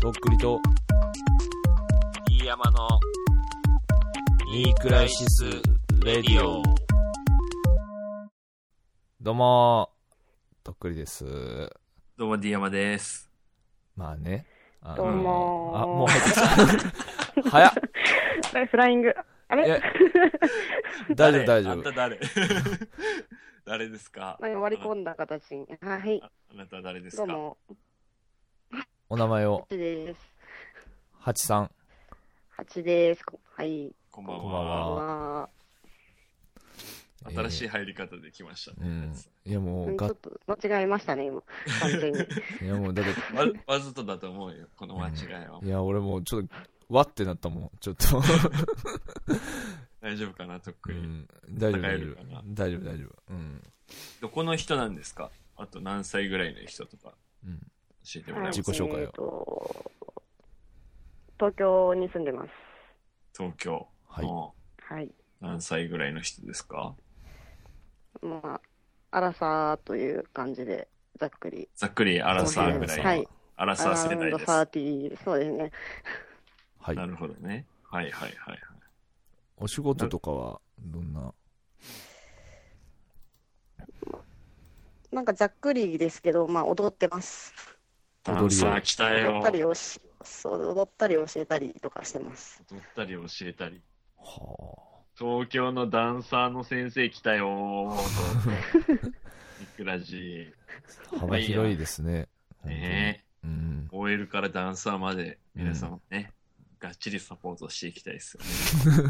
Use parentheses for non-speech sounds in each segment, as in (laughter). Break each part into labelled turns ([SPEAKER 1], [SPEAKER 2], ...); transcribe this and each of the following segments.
[SPEAKER 1] とっくりと
[SPEAKER 2] 飯山の
[SPEAKER 1] ニークライシスレディオどうもとっくりです
[SPEAKER 2] どうも D 山です
[SPEAKER 1] まあねあの
[SPEAKER 3] どうもー
[SPEAKER 1] あもう入ってきた (laughs) 早っ
[SPEAKER 3] あれフライング。あ
[SPEAKER 1] い
[SPEAKER 3] (laughs)
[SPEAKER 1] や
[SPEAKER 3] れ
[SPEAKER 1] 大丈夫
[SPEAKER 2] 誰
[SPEAKER 1] 大丈
[SPEAKER 2] あん
[SPEAKER 1] 夫
[SPEAKER 2] た誰 (laughs) 誰ですか
[SPEAKER 3] なんか割り込んだ形に。はい。
[SPEAKER 2] あなたは誰です
[SPEAKER 3] ど
[SPEAKER 2] か
[SPEAKER 3] うも、
[SPEAKER 1] お名前を
[SPEAKER 3] 8です。
[SPEAKER 1] 八さん
[SPEAKER 3] 8です。こはい。
[SPEAKER 2] こんばんは
[SPEAKER 1] こんばんは
[SPEAKER 3] わ
[SPEAKER 1] えー
[SPEAKER 2] 新しい入り方できました
[SPEAKER 1] う
[SPEAKER 2] ね
[SPEAKER 1] ん、いやも
[SPEAKER 3] ーう
[SPEAKER 1] うん
[SPEAKER 3] ちょ
[SPEAKER 1] が
[SPEAKER 3] っと間違えましたね、今。完
[SPEAKER 2] (laughs)
[SPEAKER 3] 全に。
[SPEAKER 1] いやもうだけ
[SPEAKER 2] わわざとだと思うよこの間違いは、
[SPEAKER 1] いや俺もうちょっとわってなったもんちょっ
[SPEAKER 2] (laughs)
[SPEAKER 1] と、
[SPEAKER 2] 大丈夫かなとっ
[SPEAKER 1] う
[SPEAKER 2] くに、
[SPEAKER 1] ん、大丈夫大
[SPEAKER 2] 戦え
[SPEAKER 1] 丈
[SPEAKER 2] る
[SPEAKER 1] 夫
[SPEAKER 2] かな
[SPEAKER 1] 大丈夫大丈夫うん、
[SPEAKER 2] どこの人なんですかあと何歳ぐらいの人とか
[SPEAKER 1] うん、
[SPEAKER 2] 教えてもらえます
[SPEAKER 1] 自己紹介を
[SPEAKER 3] えーと東京に住んでます。
[SPEAKER 2] 東京
[SPEAKER 1] はい
[SPEAKER 2] の
[SPEAKER 3] はい。
[SPEAKER 2] 何歳ぐらいの人ですか
[SPEAKER 3] まあ、アラサーという感じで、ざっくり。
[SPEAKER 2] ざっくりアラサーぐらい、
[SPEAKER 3] はい。
[SPEAKER 2] アラ
[SPEAKER 3] ア
[SPEAKER 2] サ
[SPEAKER 3] ラ
[SPEAKER 2] ー世
[SPEAKER 3] ウン
[SPEAKER 2] 代
[SPEAKER 3] ド
[SPEAKER 2] です
[SPEAKER 3] サーティー、そうですね。
[SPEAKER 1] はい
[SPEAKER 2] なるほどねはいはいはいはい
[SPEAKER 1] お仕事とかはどんな
[SPEAKER 3] なんかざっくりですけど、まあ、踊ってます。
[SPEAKER 1] 踊りを
[SPEAKER 2] ダンサー来た
[SPEAKER 3] 踊
[SPEAKER 2] よ
[SPEAKER 3] ったりをし、そう、踊ったり教えたりとかしてます。
[SPEAKER 2] 踊ったり教えたり
[SPEAKER 1] は
[SPEAKER 2] 東京のダンサーの先生来たよーといく
[SPEAKER 1] (laughs)
[SPEAKER 2] らじ
[SPEAKER 1] あ幅広いですね
[SPEAKER 2] ーね
[SPEAKER 1] 本当にうん
[SPEAKER 2] え OL からダンサーまで皆様ね、がっちりサポートしていきたいですよね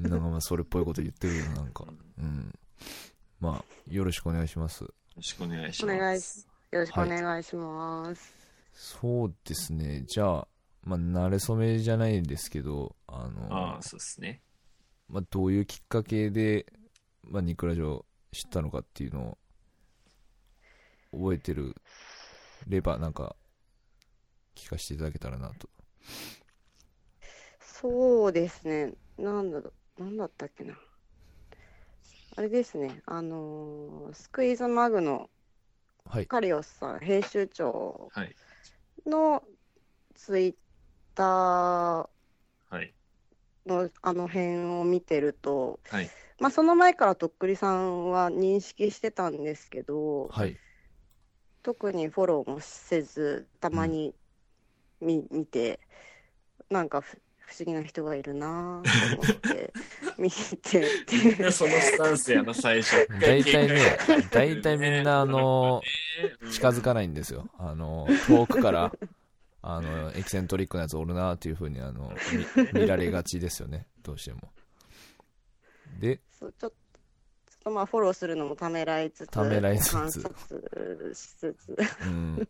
[SPEAKER 1] なんかまあそれっぽいこと言ってるよなんか
[SPEAKER 2] うんよ
[SPEAKER 1] うんまあよろしくお願いします
[SPEAKER 2] ろしくお願いし
[SPEAKER 3] お
[SPEAKER 2] ます
[SPEAKER 3] 願いしよろしくお願いします。
[SPEAKER 1] そうですねじゃあまあ慣れ初めじゃないんですけどあの
[SPEAKER 2] ああそうですね
[SPEAKER 1] まあ、どういうきっかけで、まあ、ニクラジオを知ったのかっていうのを覚えてるればなんか聞かせていただけたらなと
[SPEAKER 3] そうですね。なんだろう、なんだったっけな。あれですね。あのースクイーズマグの
[SPEAKER 1] はい
[SPEAKER 3] カリオスさん、編集長
[SPEAKER 2] はい
[SPEAKER 3] のツイッター
[SPEAKER 2] はい
[SPEAKER 3] のあの辺を見てると、
[SPEAKER 2] はい
[SPEAKER 3] まあ、その前からとっくりさんは認識してたんですけど、
[SPEAKER 1] はい
[SPEAKER 3] 特にフォローもせずたまに見,、見てなんかふ不思議な人がいるなぁと思って (laughs) 見て
[SPEAKER 2] いや
[SPEAKER 3] て
[SPEAKER 2] そのスタンスやな最初
[SPEAKER 1] 大体
[SPEAKER 2] (laughs)
[SPEAKER 1] ね大体みんなあの近づ
[SPEAKER 2] く
[SPEAKER 1] かないんですよあの遠くからあのエキセントリックなやつおるなっていうふうにあの見見られがちですよねどうしてもで
[SPEAKER 3] そうちょっと。ちょっとまあフォローするのもためらいつつ、
[SPEAKER 1] ためらいつつ
[SPEAKER 3] 観察しつつ、
[SPEAKER 1] うん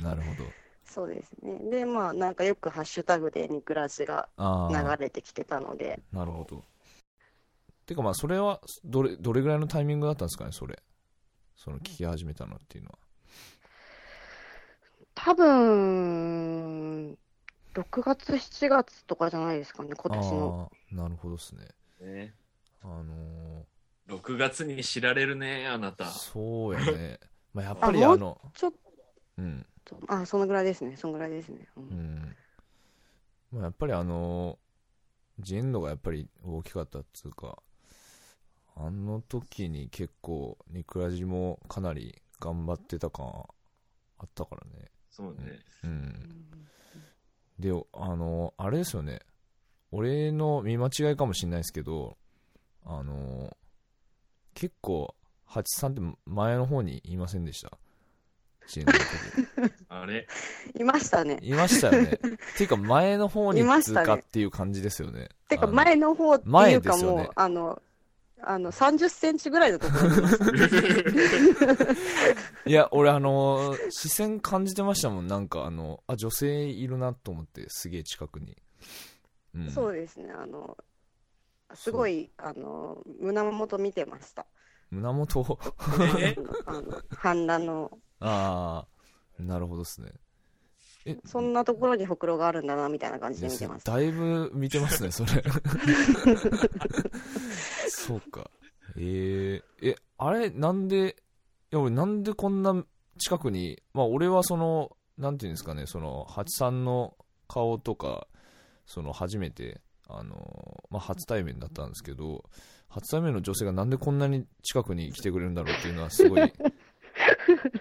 [SPEAKER 1] なるほど
[SPEAKER 3] そうですね。で、まあなんかよくハッシュタグでニクラジが
[SPEAKER 1] あ
[SPEAKER 3] 流
[SPEAKER 1] あ
[SPEAKER 3] れてきてたので、
[SPEAKER 1] なるほど。てかまあそれはどれどれぐらいのタイミングだったんですかねそれその聞き始めたのっていうのは
[SPEAKER 3] 多分、6月、7月とかじゃないですかね、今年の。
[SPEAKER 1] ああなるほどですね
[SPEAKER 2] ね
[SPEAKER 1] あの
[SPEAKER 2] 6月に知られるねあな
[SPEAKER 1] ー
[SPEAKER 2] た
[SPEAKER 1] そうやねまあやっぱり
[SPEAKER 3] あも
[SPEAKER 1] あ
[SPEAKER 3] う
[SPEAKER 1] の
[SPEAKER 3] ちょっ
[SPEAKER 1] うん
[SPEAKER 3] と、あ、そのぐらいですね、そのぐらいですね。うん
[SPEAKER 1] うん、まあ、やっぱりあのジェンドがやっぱり大きかったっつうかあの時に結構ニクラジもかなり頑張ってた感あったからね
[SPEAKER 2] そうね
[SPEAKER 1] うんで、あの、あれですよね。俺の見間違いかもしれないですけど、あの、結構、八さんって前の方にいませんでした。チームの時 (laughs)
[SPEAKER 2] あれ
[SPEAKER 3] いましたね。
[SPEAKER 1] いましたよ
[SPEAKER 3] (laughs)
[SPEAKER 1] ね。っていうか、前の方に
[SPEAKER 3] いま
[SPEAKER 1] 通
[SPEAKER 3] したね
[SPEAKER 1] 過っていう感じですよね。
[SPEAKER 3] てか
[SPEAKER 1] あの
[SPEAKER 3] 前の方ってい
[SPEAKER 1] 前
[SPEAKER 3] う
[SPEAKER 1] で
[SPEAKER 3] か
[SPEAKER 1] すよ
[SPEAKER 3] もう、
[SPEAKER 1] ね
[SPEAKER 3] あの、あの30センチぐらいのところにい
[SPEAKER 1] (laughs)
[SPEAKER 3] ました
[SPEAKER 1] いや、俺、あの、視線感じてましたもん。なんか、あの、あ、女性いるなと思って、すげえ近くに。うん、
[SPEAKER 3] そうですね、あの、すごい、あの、胸元見てました。
[SPEAKER 1] 胸元を
[SPEAKER 2] え
[SPEAKER 3] あの、反乱の、
[SPEAKER 1] ああ、なるほどですね。え、
[SPEAKER 3] そんなところにほくろがあるんだな、みたいな感じで
[SPEAKER 1] で
[SPEAKER 3] 見
[SPEAKER 1] す
[SPEAKER 3] て
[SPEAKER 1] よ
[SPEAKER 3] ました。
[SPEAKER 1] だいぶ見てますね、そ
[SPEAKER 3] (laughs)
[SPEAKER 1] れ。そうか。えー、え、あれ、なんで、いや、俺、なんでこんな近くに、まあ、俺はその、なんていうんですかねその八さんの顔とかその初めてあの、まあ、初対面だったんですけど初対面の女性がなんでこんなに近くに来てくれるんだろうっていうのはすご
[SPEAKER 3] (laughs)
[SPEAKER 1] い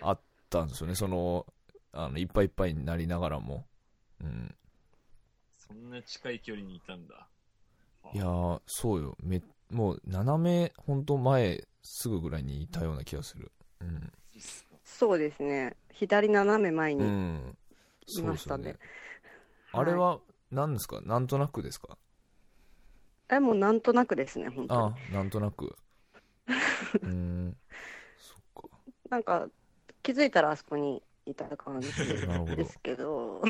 [SPEAKER 1] あったんですよねそのあのいっぱいいっぱいになりながらも、うん、
[SPEAKER 2] そんな近い距離にいたんだ。
[SPEAKER 1] いやーそうよめもう斜め本当前すぐぐらいにいたような気がするうん、
[SPEAKER 2] いいっすか
[SPEAKER 3] そうですね。左斜め前
[SPEAKER 1] う
[SPEAKER 3] に
[SPEAKER 1] ん、
[SPEAKER 3] いましたね
[SPEAKER 1] そうですよあれは何ですかなんとなくですか
[SPEAKER 3] え、もうなんとなくですね、本当に
[SPEAKER 1] あ。なんとなくうーんそっか
[SPEAKER 3] なんか、気づいたらあそこにいた感じ
[SPEAKER 1] なるほど
[SPEAKER 3] ですけど、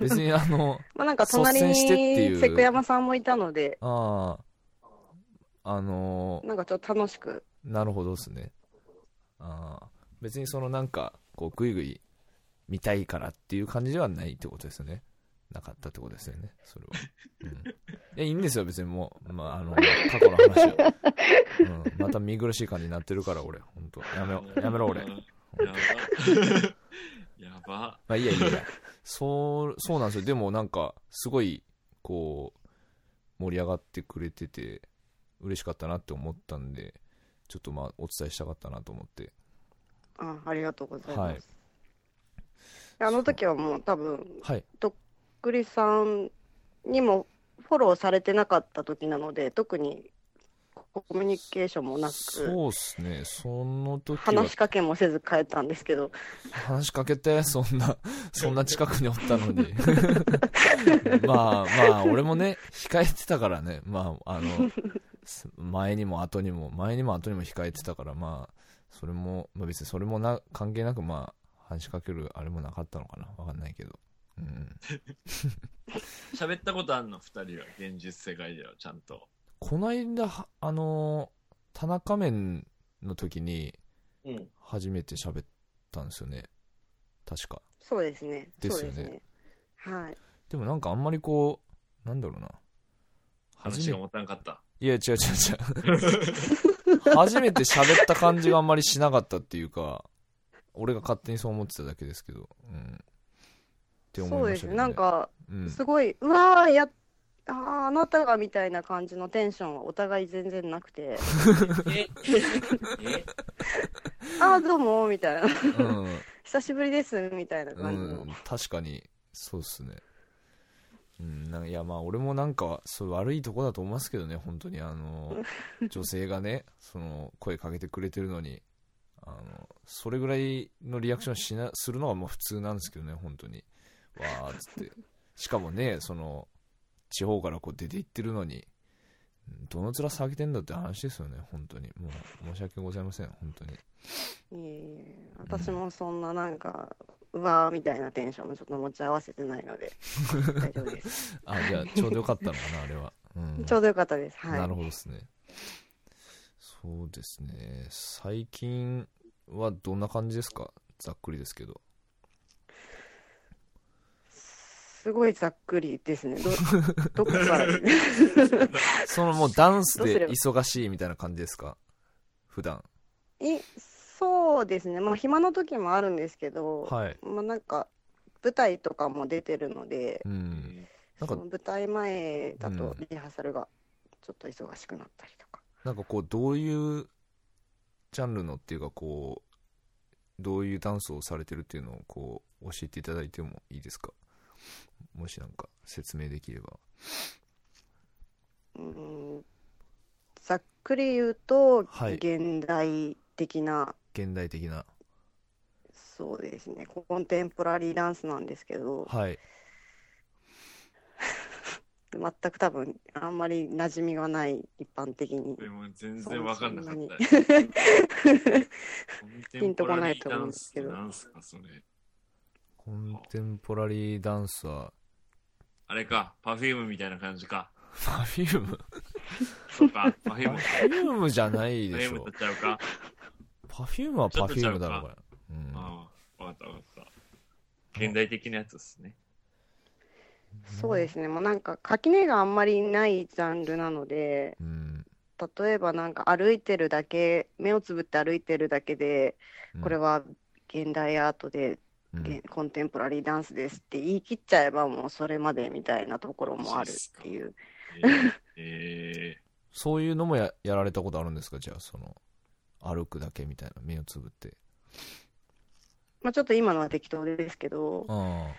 [SPEAKER 1] 別にあの
[SPEAKER 3] (laughs) まあなんか隣
[SPEAKER 1] 率先してってい
[SPEAKER 3] に
[SPEAKER 1] う
[SPEAKER 3] 瀬古山さんもいたので、
[SPEAKER 1] あああの
[SPEAKER 3] なんかちょっと楽しく、
[SPEAKER 1] ーなるほどですねああ別にそのなんかこうグイグイ見たいからっていう感じではないってことですよねなかったってことですよねそれは、うん、いやいいんですよ別にもう、まあ、あの過去の話は、うん、また見苦しい感じになってるから俺本当やめろやめろ俺
[SPEAKER 2] や
[SPEAKER 1] ま
[SPEAKER 2] ば。 (laughs) やば。
[SPEAKER 1] あいいやいいやそうそうなんですよでもなんかすごいこう盛り上がってくれてて嬉しかったなって思ったんでちょっとまあお伝えしたかったなと思って
[SPEAKER 3] あありがとうござい
[SPEAKER 1] は
[SPEAKER 3] ま
[SPEAKER 1] い
[SPEAKER 3] す。あの時はもう多分、
[SPEAKER 1] はい
[SPEAKER 3] グリさんにもフォローされてなかった時なので、特にコミュニケーションもなく、
[SPEAKER 1] そうっすねその時は
[SPEAKER 3] 話しかけもせず帰ったんですけど、
[SPEAKER 1] 話しかけて (laughs) そん
[SPEAKER 3] (laughs)
[SPEAKER 1] なそんな近くにおったのに (laughs) まあまあ俺もね控えてたからねまああのす前にも後にも前にも後にも控えてたからまあそれも、まあ、別にそれもな関係なくまあ話しかけるあれもなかったのかなわかんないけどうん
[SPEAKER 2] 喋ったことあんの、二人は。現実世界では、ちゃんと。
[SPEAKER 1] こないだはあの田中面の時に
[SPEAKER 2] うん。
[SPEAKER 1] 初めて喋ったんですよね確か
[SPEAKER 3] そうですね。
[SPEAKER 1] ですよね
[SPEAKER 3] そうはい。
[SPEAKER 1] でもなんかあんまりこうなんだろうな
[SPEAKER 2] 話が持たんかった。
[SPEAKER 1] いや、違う (laughs) 違う違う。初めて喋った感じがあんまりしなかったっていうか、俺が勝手にそう思ってただけですけど、うん。って思い
[SPEAKER 3] そう
[SPEAKER 1] ま
[SPEAKER 3] で
[SPEAKER 1] し
[SPEAKER 3] す
[SPEAKER 1] たけど、ね。
[SPEAKER 3] ね。なん、か、
[SPEAKER 1] うん、
[SPEAKER 3] すごい、うわー、やっあーあなたがみたいな感じのテンションはお互い全然な
[SPEAKER 1] (laughs)
[SPEAKER 3] くて、
[SPEAKER 2] ええ
[SPEAKER 3] ああ、どうも、みたいな、 (laughs)
[SPEAKER 1] うん、
[SPEAKER 3] 久しぶりです、みたいな
[SPEAKER 1] う
[SPEAKER 3] 感じの
[SPEAKER 1] ん、確かに、そうっすね。うん、なんかいや、まあ、俺もなんか、そう悪いとこだと思いますけどね、本当に、あの、女性がね、その、声かけてくれてるのに、あの、それぐらいのリアクションしな、するのがもう普通なんですけどね、本当に。わーっつって。しかもね、その、地方からこう出て行ってるのに、うんどの面下げてんだって話ですよね、本当に。もう、申し訳ございません、本当に。
[SPEAKER 3] いえいえ私もそんななんか、うわーみたいなテンションもちょっと持ち合わせてないので、
[SPEAKER 1] (laughs)
[SPEAKER 3] 大丈夫です。
[SPEAKER 1] あ、じゃあ、ちょうどよかったのかな、あれは。
[SPEAKER 3] (laughs)
[SPEAKER 1] うん、
[SPEAKER 3] ちょうどよかったです。はい。
[SPEAKER 1] なるほどですね。そうですね。最近はどんな感じですかざっくりですけど。
[SPEAKER 3] すごいざっくりですね。ど、
[SPEAKER 1] (laughs)
[SPEAKER 3] どこから (laughs)
[SPEAKER 1] そのもうダンス
[SPEAKER 3] どうすれ
[SPEAKER 1] で
[SPEAKER 3] ば
[SPEAKER 1] 忙しいみたいな感じですか普段。
[SPEAKER 3] いそうですね。まあ、暇な時もあるんですけど、
[SPEAKER 1] はい。
[SPEAKER 3] まあ、なんか、舞台とかも出てるので、
[SPEAKER 1] うん。なんか
[SPEAKER 3] その舞台前だ
[SPEAKER 1] う
[SPEAKER 3] と
[SPEAKER 1] ん
[SPEAKER 3] リハーサルがちょっと忙しくなったりとか。
[SPEAKER 1] なんかこう、どういうジャンルのっていうか、こう、どういうダンスをされてるっていうのをこう、教えていただいてもいいですかもしなんか説明できれば。
[SPEAKER 3] うーんざっくり言うと、
[SPEAKER 1] はい
[SPEAKER 3] 現代的な、
[SPEAKER 1] 現代的な。
[SPEAKER 3] そうですね、コンテンポラリーダンスなんですけど、
[SPEAKER 1] はい。
[SPEAKER 3] 全く多分、あんまり馴染みがない、一般的に。
[SPEAKER 2] でも全然わかんなかった。コンテ
[SPEAKER 3] ピ
[SPEAKER 2] ン
[SPEAKER 3] ンと
[SPEAKER 2] ポ
[SPEAKER 3] こ
[SPEAKER 2] ラ
[SPEAKER 3] な
[SPEAKER 2] リ
[SPEAKER 3] い
[SPEAKER 2] ー
[SPEAKER 3] と
[SPEAKER 2] ダ
[SPEAKER 3] 思うん
[SPEAKER 2] ン
[SPEAKER 3] で
[SPEAKER 2] ス
[SPEAKER 3] す
[SPEAKER 2] って
[SPEAKER 3] けど
[SPEAKER 2] なんすか、それ。
[SPEAKER 1] コンテンポラリー (laughs) ダンスは、
[SPEAKER 2] あれか、パフュームみたいな感
[SPEAKER 1] (laughs)
[SPEAKER 2] じか。
[SPEAKER 1] パフューム
[SPEAKER 2] そうか、パフューム。パ
[SPEAKER 1] パフュームじゃない
[SPEAKER 2] フ
[SPEAKER 1] で
[SPEAKER 2] ュ
[SPEAKER 1] し
[SPEAKER 2] ーム
[SPEAKER 1] ょ
[SPEAKER 2] (laughs) と。ちゃうか。
[SPEAKER 1] パフュームはパフュームだろ、これ。うん、
[SPEAKER 2] ああ、わかったわかった。現代的なやつです
[SPEAKER 1] (laughs)
[SPEAKER 2] ね。
[SPEAKER 3] そうですね、もうなんか垣根があんまりないジャンルなので、
[SPEAKER 1] うん。
[SPEAKER 3] 例えばなんか歩いてるだけ、目をつぶって歩いてるだけで、これ
[SPEAKER 1] は、
[SPEAKER 3] は現代アートで
[SPEAKER 1] うん
[SPEAKER 3] げコンテンポラリーダンスですって言い切っちゃえばもうそれまでみたいなところもあるっていう
[SPEAKER 2] え
[SPEAKER 1] そういうのもややられたことあるんですかじゃあその歩くだけみたいな目をつぶって
[SPEAKER 3] まあちょっと今のは適当ですけど
[SPEAKER 1] あ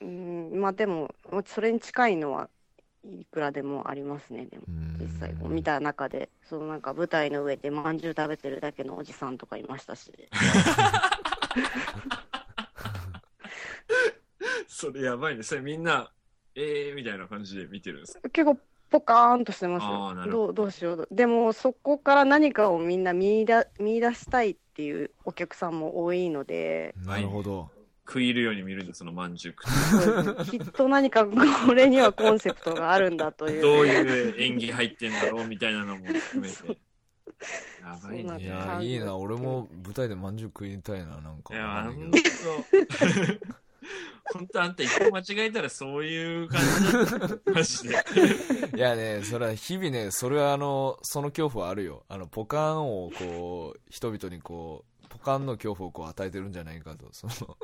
[SPEAKER 3] うんまあでもそれに近いのはいくらでもありますねでも
[SPEAKER 1] あうん
[SPEAKER 3] 実際こう見た中でそのなんか舞台の上でまんじゅう食べてるだけのおじさんとかいましたし
[SPEAKER 2] ー、それやばいね。それみんな、えーみたいな感じで見てるんですか
[SPEAKER 3] 結構ポカーンとしてます
[SPEAKER 2] あーな
[SPEAKER 3] よ
[SPEAKER 2] るほ
[SPEAKER 3] どうどうしようでもそこから何かをみんな見出見出したいっていうお客さんも多い
[SPEAKER 1] (laughs)
[SPEAKER 3] ので
[SPEAKER 1] なるほど
[SPEAKER 2] 食い入るように見るんだ、そのまんじゅう食っ
[SPEAKER 3] うんきっと何かこれにはコンセプトがあるんだとい
[SPEAKER 2] て。(laughs)
[SPEAKER 3] う
[SPEAKER 2] どういう演技入ってんだろうみたいなのも含めて。やばい
[SPEAKER 3] そうな
[SPEAKER 1] い
[SPEAKER 2] ね。
[SPEAKER 3] ん
[SPEAKER 2] い
[SPEAKER 3] だ
[SPEAKER 1] や
[SPEAKER 3] 感
[SPEAKER 1] い
[SPEAKER 3] じ
[SPEAKER 1] いな俺も舞台でまんじゅう食いたいななんかわ
[SPEAKER 2] や、
[SPEAKER 1] か
[SPEAKER 2] ほ
[SPEAKER 1] ん
[SPEAKER 2] ん
[SPEAKER 1] ないけ
[SPEAKER 2] (laughs) と、ほんとあんた一歩間違えたらそういう感じだったマジで。
[SPEAKER 1] どいやねそれは日々ねそれはあのその恐怖はあるよあのポカンをこう人々にこうポカンの恐怖をこう与えてるんじゃないかとその (laughs)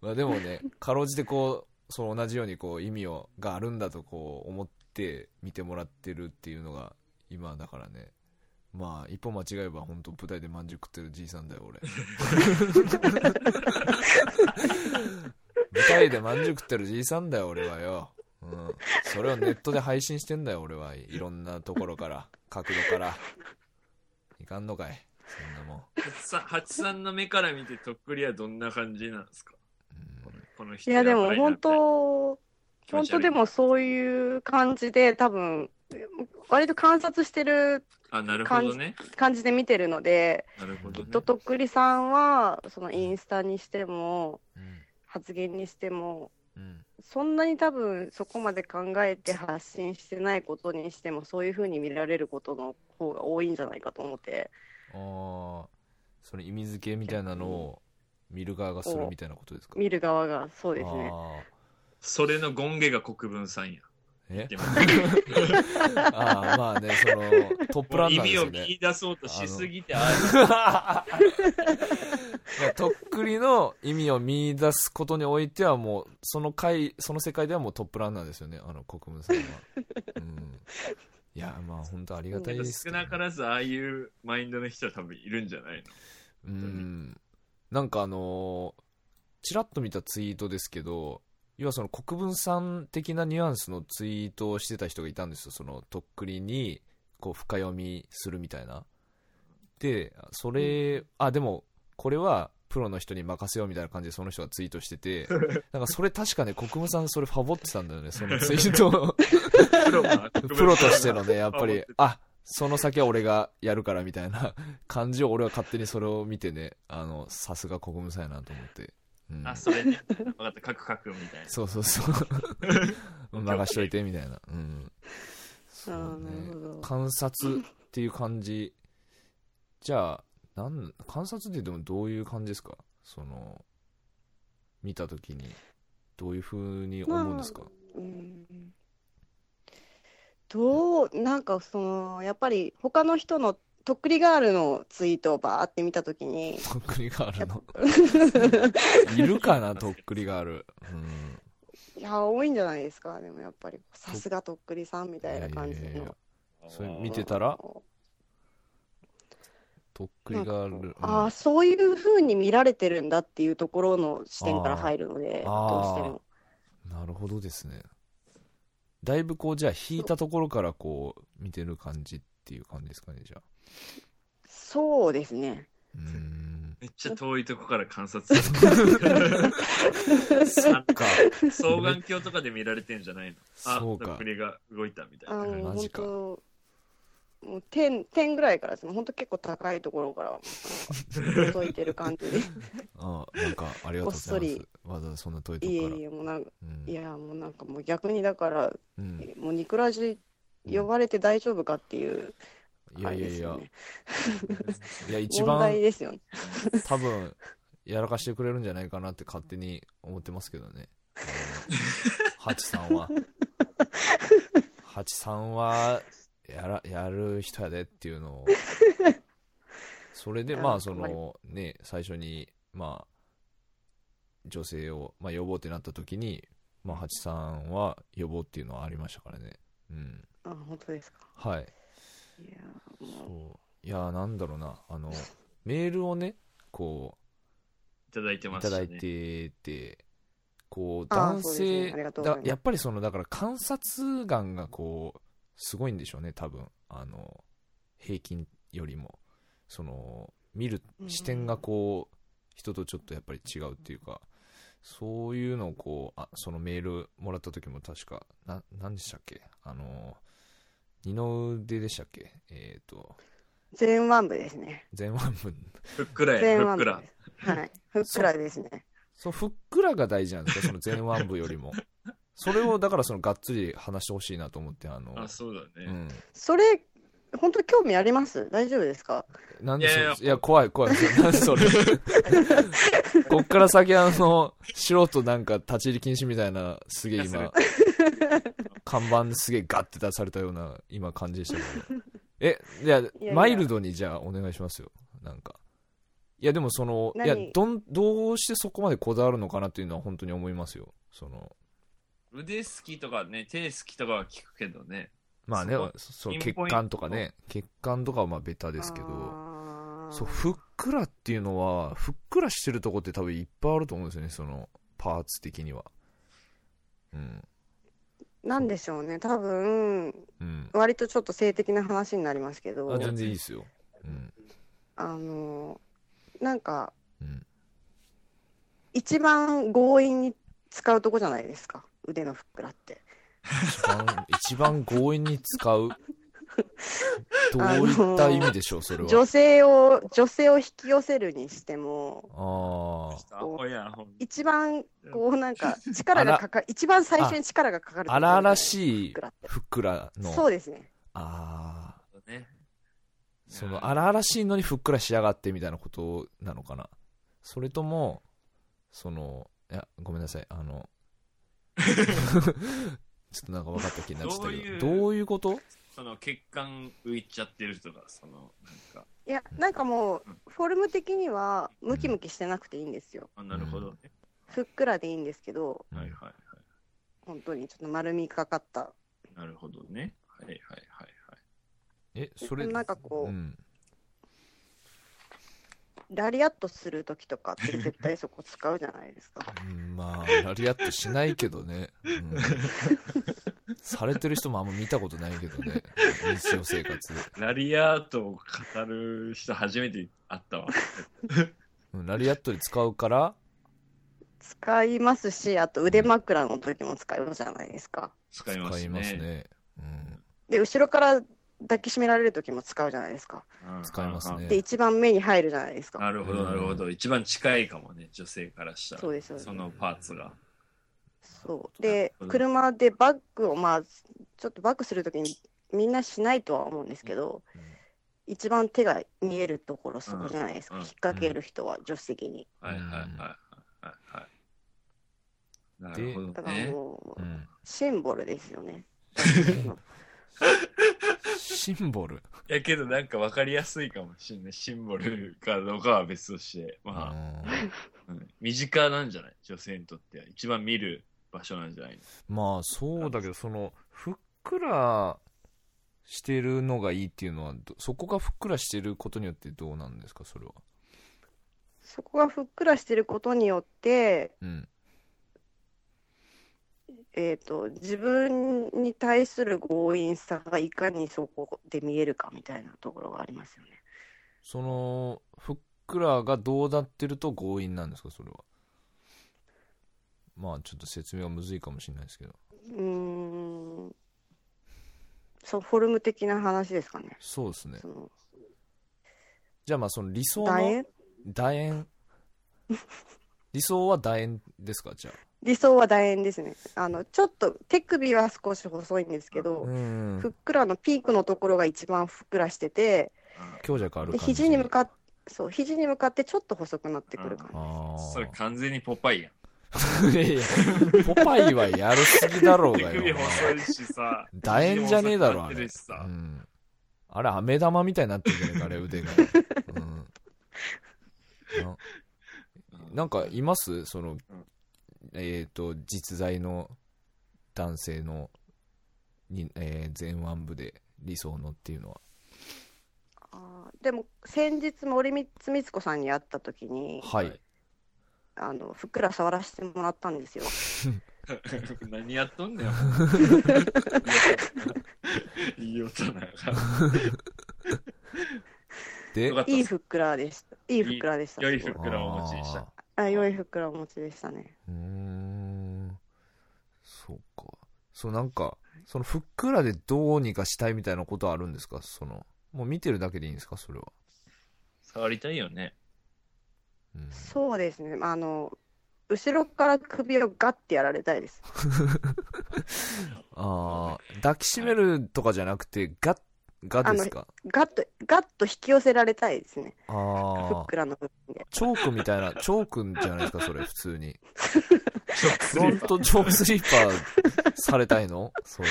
[SPEAKER 1] まあでもねかろうじてこうその同じようにこう意味をがあるんだとこう思って見てもらってるっていうのが今だからねまあ一歩間違えば本当舞台でまんじゅう食ってるじいさんだよ俺舞台でまんじゅう食ってるじいさんだよ俺はよ、うん、それをネットで配信してんだよ俺はいろんなところから角度からいかんのかいそんなもん、
[SPEAKER 2] さ八さんの目から見てとっくりはどんな感じなんですか
[SPEAKER 1] うん
[SPEAKER 2] この人
[SPEAKER 3] いやでも
[SPEAKER 2] ばいな
[SPEAKER 3] 本当
[SPEAKER 2] 気持
[SPEAKER 3] 本
[SPEAKER 2] ち悪
[SPEAKER 3] 当
[SPEAKER 2] い
[SPEAKER 3] でもそういう感じで多分割と観察してる
[SPEAKER 2] あなるほどね
[SPEAKER 3] 感じで見てるので
[SPEAKER 2] なるほど、ね、
[SPEAKER 3] ととっくりさんはそのインスタにしても
[SPEAKER 1] うん
[SPEAKER 3] 発言にしても
[SPEAKER 1] うん
[SPEAKER 3] そんなに多分そこまで考えて発信してないことにしてもそういう風に見られることの方が多いんじゃないかと思って
[SPEAKER 1] ああその意味付けみたいなのを見る側がするみたいなことですか
[SPEAKER 3] 見る側がそうですね
[SPEAKER 1] あ
[SPEAKER 2] それの権下が国分さんや
[SPEAKER 1] ーえ
[SPEAKER 2] でも
[SPEAKER 1] あーまあねそのトップラン
[SPEAKER 2] 意
[SPEAKER 1] ナーです
[SPEAKER 2] 味
[SPEAKER 1] よ
[SPEAKER 2] を
[SPEAKER 1] ね
[SPEAKER 2] 見出そうとしすぎてあ
[SPEAKER 1] まあとっくりの意味を見出すことにおいてはもうその回その世界ではもうトップランナーですよねあの国分さんは、うん、いやまあ本当ありがたい
[SPEAKER 2] の
[SPEAKER 1] です
[SPEAKER 2] 少
[SPEAKER 1] けどね
[SPEAKER 2] なからずああいうマインドの人は多分いるんじゃない
[SPEAKER 1] うんなんかあのーちらっと見たツイートですけど要はその国分さん的なニュアンスのツイートをしてた人がいたんですよそのとっくりにこう深読みするみたいなでそれ、あでもこれはプロの人に任せようみたいな感じでその人がツイートしててなんかそれ確かね国分さんそれファボってたんだよねそのツイートを
[SPEAKER 2] のプロが国分
[SPEAKER 1] プロとして
[SPEAKER 2] (laughs)
[SPEAKER 1] のねやっぱ
[SPEAKER 2] ファボっ
[SPEAKER 1] り
[SPEAKER 2] て
[SPEAKER 1] あその先は俺がやるからみたいな (laughs) 感じを俺は勝手にそれを見てねあのさすが国務さんやなと思って、うん、
[SPEAKER 2] あそれね分かったカクカクみたいな
[SPEAKER 1] そうそうそう (laughs) 任しといてみたいなうんそ
[SPEAKER 3] あ
[SPEAKER 1] う
[SPEAKER 3] あ
[SPEAKER 1] ね
[SPEAKER 3] なるほど
[SPEAKER 1] 観察っていう感じじゃあなん観察ってでもどういう感じですかその見た時にどういうふうに思うんですか、
[SPEAKER 3] うんどうなんかそのやっぱり他の人のとっくりガールのツイートをバーって見たときに
[SPEAKER 1] とっくりガール
[SPEAKER 3] (laughs)
[SPEAKER 1] のいるかなとっくりガール、うん、
[SPEAKER 3] いや多いんじゃないですかでもやっぱりさすがとっくりさんみたいな感じ
[SPEAKER 1] いやいやいや
[SPEAKER 3] の
[SPEAKER 1] それ見てたらとっくりガール、
[SPEAKER 3] あ
[SPEAKER 1] う
[SPEAKER 3] あ
[SPEAKER 1] ん
[SPEAKER 3] そういう風に見られてるんだっていうところの視点から
[SPEAKER 1] あー
[SPEAKER 3] 入るので
[SPEAKER 1] あ
[SPEAKER 3] どう
[SPEAKER 1] ー
[SPEAKER 3] しても
[SPEAKER 1] なるほどですねだいぶこうじゃあ引いたところからこう見てる感じっていう感じですかねじゃあ
[SPEAKER 3] そうです
[SPEAKER 1] (laughs)
[SPEAKER 3] ね
[SPEAKER 1] うー (laughs) ん
[SPEAKER 2] めっちゃ遠いとこから観察
[SPEAKER 1] (laughs)
[SPEAKER 2] するあ
[SPEAKER 1] か
[SPEAKER 2] の双眼鏡とかで見られてんじゃないのあ
[SPEAKER 1] そうか
[SPEAKER 2] 国が動いたみたい
[SPEAKER 3] あ
[SPEAKER 2] な
[SPEAKER 3] の
[SPEAKER 1] マ
[SPEAKER 3] 本
[SPEAKER 1] ジか
[SPEAKER 3] 当もう点点ぐらいからですね本当結構高いところからなんか覗いてる感じで
[SPEAKER 1] あなんかありがとうござい
[SPEAKER 3] こっそ
[SPEAKER 1] ます
[SPEAKER 3] り
[SPEAKER 1] わざわざそんな遠いと
[SPEAKER 3] い
[SPEAKER 1] こか
[SPEAKER 3] え
[SPEAKER 1] ら
[SPEAKER 3] いえもうなんか
[SPEAKER 1] うん
[SPEAKER 3] いやもうなんかもう逆にだから
[SPEAKER 1] うん
[SPEAKER 3] もうニクラジ呼ばれて大丈夫かっていう
[SPEAKER 1] いや
[SPEAKER 3] あれ
[SPEAKER 1] いや
[SPEAKER 3] です
[SPEAKER 1] いや
[SPEAKER 3] よね
[SPEAKER 1] いや一
[SPEAKER 3] 問題
[SPEAKER 1] 番
[SPEAKER 3] ですよね
[SPEAKER 1] 多分やらかしてくれるんじゃないかなって勝手に思ってますけどねあのハチさんはハチさんはやらやる人やでっていうのをそれで
[SPEAKER 3] いや
[SPEAKER 1] まあそ
[SPEAKER 3] 頑張
[SPEAKER 1] のね最初にまあ女性を、まあ、呼ぼうってなった時に、まあ、ハチさんは呼ぼうっていうのはありましたからねうん
[SPEAKER 3] あ本当ですか
[SPEAKER 1] はい
[SPEAKER 3] いやも
[SPEAKER 1] そういやーなんだろうなあのメールをねこ
[SPEAKER 2] いただいて
[SPEAKER 1] うい
[SPEAKER 2] ま
[SPEAKER 1] た
[SPEAKER 2] し
[SPEAKER 1] だ
[SPEAKER 2] た
[SPEAKER 1] い
[SPEAKER 2] ね。
[SPEAKER 1] ててこう
[SPEAKER 3] あー
[SPEAKER 1] 男
[SPEAKER 3] そうです
[SPEAKER 1] 性
[SPEAKER 3] ねありがとうござい
[SPEAKER 1] だ
[SPEAKER 3] ます
[SPEAKER 1] やっぱりそのだから観察眼がこうすごいんでしょうね多分あの平均よりもその見る
[SPEAKER 3] うん
[SPEAKER 1] 視点がこう人とちょっとやっぱり違うっていうかそういうのをこうあそのメールもらった時も確かな何でしたっけあの二の腕でしたっけえっ、と
[SPEAKER 3] う前腕部ですね
[SPEAKER 1] 前腕部
[SPEAKER 2] ふっくら
[SPEAKER 3] 前
[SPEAKER 2] や、ふ
[SPEAKER 3] 腕
[SPEAKER 2] っ
[SPEAKER 3] 部
[SPEAKER 2] く
[SPEAKER 3] で
[SPEAKER 2] ら。
[SPEAKER 3] す
[SPEAKER 1] (laughs)
[SPEAKER 3] はいふっくらですね
[SPEAKER 1] そうふっくらが大事なんですよその前腕部よりもそれをだからそのがっつり話してほしいなと思ってあの
[SPEAKER 2] あ、そうだ
[SPEAKER 1] う
[SPEAKER 2] ね。
[SPEAKER 1] ん
[SPEAKER 3] それ本当興味あります大丈夫ですか
[SPEAKER 1] なんで
[SPEAKER 2] い
[SPEAKER 1] そ
[SPEAKER 2] や
[SPEAKER 1] う
[SPEAKER 2] い
[SPEAKER 1] い
[SPEAKER 2] や
[SPEAKER 1] や怖い怖いなんでそ
[SPEAKER 2] (laughs)
[SPEAKER 1] れこっから先あの素人なんか立ち入り禁止みたいなすげえ
[SPEAKER 2] いや
[SPEAKER 1] 今看板すげえガッて出されたような今感じでしたけ
[SPEAKER 2] (laughs)
[SPEAKER 1] どえじゃ
[SPEAKER 3] いや
[SPEAKER 1] マイルドにじゃあお願いしますよなんかいやでもそのい
[SPEAKER 3] 何
[SPEAKER 1] やどんどうしてそこまでこだわるのかなっていうのは本当に思いますよその
[SPEAKER 2] 腕好きとかね、手好きとかは聞くけどね。
[SPEAKER 1] まあね
[SPEAKER 2] そこ
[SPEAKER 1] そそう
[SPEAKER 2] ピ
[SPEAKER 1] 血
[SPEAKER 2] ンポイント
[SPEAKER 1] 管とかね血管とかはまあベタですけど
[SPEAKER 3] ど
[SPEAKER 1] そうふっくらっていうのはふっくらしてるとこって多分いっぱいあると思うんですよねそのパーツ的にはうん
[SPEAKER 3] なんでしょうね多分
[SPEAKER 1] うん
[SPEAKER 3] 割とちょっと性的な話になりますけど
[SPEAKER 1] あ全然いいですようん
[SPEAKER 3] あのなんか
[SPEAKER 1] うん
[SPEAKER 3] 一番強引に使うとこじゃないですか腕のふっくらって
[SPEAKER 1] 一番 (laughs) 一番強引に使うどう
[SPEAKER 3] あの
[SPEAKER 1] いった意味でしょうそれ
[SPEAKER 3] 女
[SPEAKER 1] は
[SPEAKER 3] 性を女性を引き寄せるにしても
[SPEAKER 1] あ
[SPEAKER 2] あ、ほや、ほん
[SPEAKER 3] 一番こうなんか力がかかる一番最初に力がかかる
[SPEAKER 1] あ荒々
[SPEAKER 3] い
[SPEAKER 1] しい
[SPEAKER 3] ふっくらって
[SPEAKER 1] ふっくらの
[SPEAKER 3] そうですね
[SPEAKER 1] ああ
[SPEAKER 2] とね。
[SPEAKER 1] その荒々しいのにふっくらしやがってみたいなことなのかなそれともそのいやごめんなさいあのちょっとなんか分かった気になっちゃったけど
[SPEAKER 2] どういう
[SPEAKER 1] どういうこと
[SPEAKER 2] その血管浮いちゃってるとか、その、なんか、
[SPEAKER 3] いやなんかもうフォルム的にはムキムキしてなくていいんですよ
[SPEAKER 2] あなるほどね。
[SPEAKER 3] ふっくらでいいんですけど
[SPEAKER 2] はいはいは
[SPEAKER 3] 本当にちょっと丸みかかった
[SPEAKER 2] い。なるほどね。はいはいはいはい。
[SPEAKER 1] えそれ
[SPEAKER 3] なんかこう
[SPEAKER 1] うん
[SPEAKER 3] ラリアットする時とかって絶対そこ使うじゃないですか (laughs)
[SPEAKER 1] うんまあラリアットしないけどね、うんされてる人もあん (laughs) ま見たことないけどね日常生活で、
[SPEAKER 2] ラリアートを語る人初めて会ったわ。
[SPEAKER 1] うん、ラリアットで使うから
[SPEAKER 3] 使いますしあと腕枕の時も使うじゃないですか
[SPEAKER 2] 使いますね。
[SPEAKER 1] 使いますね、うん、
[SPEAKER 3] で後ろから抱きしめられる時も使うじゃないですか
[SPEAKER 2] うん
[SPEAKER 1] 使いますね
[SPEAKER 3] で一番目に入るじゃないですか
[SPEAKER 2] なるほど、なるほど。一番近いかもね、女性からしたら。
[SPEAKER 3] そうですそうです
[SPEAKER 2] そのパーツが。
[SPEAKER 3] そうで
[SPEAKER 2] うん
[SPEAKER 3] 車でバッグをまあちょっとバッグする時にみんなしないとは思うんですけど、
[SPEAKER 1] うん
[SPEAKER 3] 一番手が見えるところそこじゃないですか、
[SPEAKER 2] うん
[SPEAKER 3] 引っ掛ける人は助手席に、
[SPEAKER 2] はいはいはいはいはいはい。なるほ
[SPEAKER 3] だ
[SPEAKER 2] ど
[SPEAKER 3] から
[SPEAKER 2] ね。
[SPEAKER 3] もう、
[SPEAKER 1] うん
[SPEAKER 3] シンボルですよ
[SPEAKER 2] (laughs)
[SPEAKER 3] ね
[SPEAKER 1] シンボル、
[SPEAKER 2] いやけどなんか分かりやすいかもしれない。シンボルかどうかは別として。まあ、
[SPEAKER 1] うん
[SPEAKER 2] うん身近なんじゃない女性にとっては。一番見る場所なんじゃない
[SPEAKER 1] まあそうだけどそのふっくらしてるのがいいっていうのはどそこがふっくらしてることによってどうなんですかそれは
[SPEAKER 3] そこがふっくらしてることによって、
[SPEAKER 1] うん
[SPEAKER 3] えー、と自分に対する強引さがいかにそこで見えるかみたいなところがありますよね。
[SPEAKER 1] そのふっくらがどうなってると強引なんですかそれはまあちょっと説明はむずいかもしれないですけど
[SPEAKER 3] うーんそうフォルム的な話ですかね。
[SPEAKER 1] そうですね
[SPEAKER 3] その
[SPEAKER 1] じゃあまあその理想の
[SPEAKER 3] 楕円
[SPEAKER 1] 楕円理想は楕円ですかじゃあ
[SPEAKER 3] 理想は楕円ですね。あのちょっと手首は少し細いんですけど、
[SPEAKER 1] うん
[SPEAKER 3] ふっくらのピークのところが一番ふっくらしてて、
[SPEAKER 2] の
[SPEAKER 1] 強弱ある
[SPEAKER 3] で
[SPEAKER 1] 感じ
[SPEAKER 3] 肘に向かってそう肘に向かってちょっと細くなってくる感じ。
[SPEAKER 1] ああ
[SPEAKER 2] それ完全にポパイやん。
[SPEAKER 1] いやいや、 (laughs) ポパイはやるすぎだろう
[SPEAKER 2] 手
[SPEAKER 1] がよ。
[SPEAKER 2] 首細いしさ。
[SPEAKER 1] 楕円じゃねえだろ、あ
[SPEAKER 2] 肘
[SPEAKER 1] れ。
[SPEAKER 2] も細くなってるしさ
[SPEAKER 1] うん、あれ、飴
[SPEAKER 2] (laughs)
[SPEAKER 1] 玉みたいになってるじゃねえか、あれ、腕が。うんななんかいますその、えっ、と、実在の男性の、に、えー前腕部で理想のっていうのは。
[SPEAKER 3] あーでも先日森光子さんに会った時に
[SPEAKER 1] はい。
[SPEAKER 3] あのふっくら触らせてもらったんですよ。
[SPEAKER 2] (laughs) 何やっとんねん。いい音な。
[SPEAKER 1] で
[SPEAKER 2] よか、った
[SPEAKER 3] いいふっくらでした。いいふっくらでした。
[SPEAKER 2] 良い
[SPEAKER 3] すご
[SPEAKER 2] ふっくらをお持ちでした。
[SPEAKER 3] あ良いふっくらをお持ちでしたね。
[SPEAKER 1] うーんそうか。そう、なんか、そのふっくらでどうにかしたいみたいなことはあるんですかその、もう見てるだけでいいんですかそれは。
[SPEAKER 2] 触りたいよね。
[SPEAKER 1] うん、
[SPEAKER 3] そうですね。あの後ろから首をガッてやられたいです。
[SPEAKER 1] ああ、抱きしめるとかじゃなくて、ガッ、ガッですか
[SPEAKER 3] ガッとガッと引き寄せられたいですね。
[SPEAKER 1] あ
[SPEAKER 3] ふ
[SPEAKER 1] あ
[SPEAKER 3] っくらの部分で。
[SPEAKER 1] チョークみたいな、チョークじゃないですか、それ、普通に。
[SPEAKER 2] ちょっ
[SPEAKER 1] フロントチョークスリーパーされたいのそれ。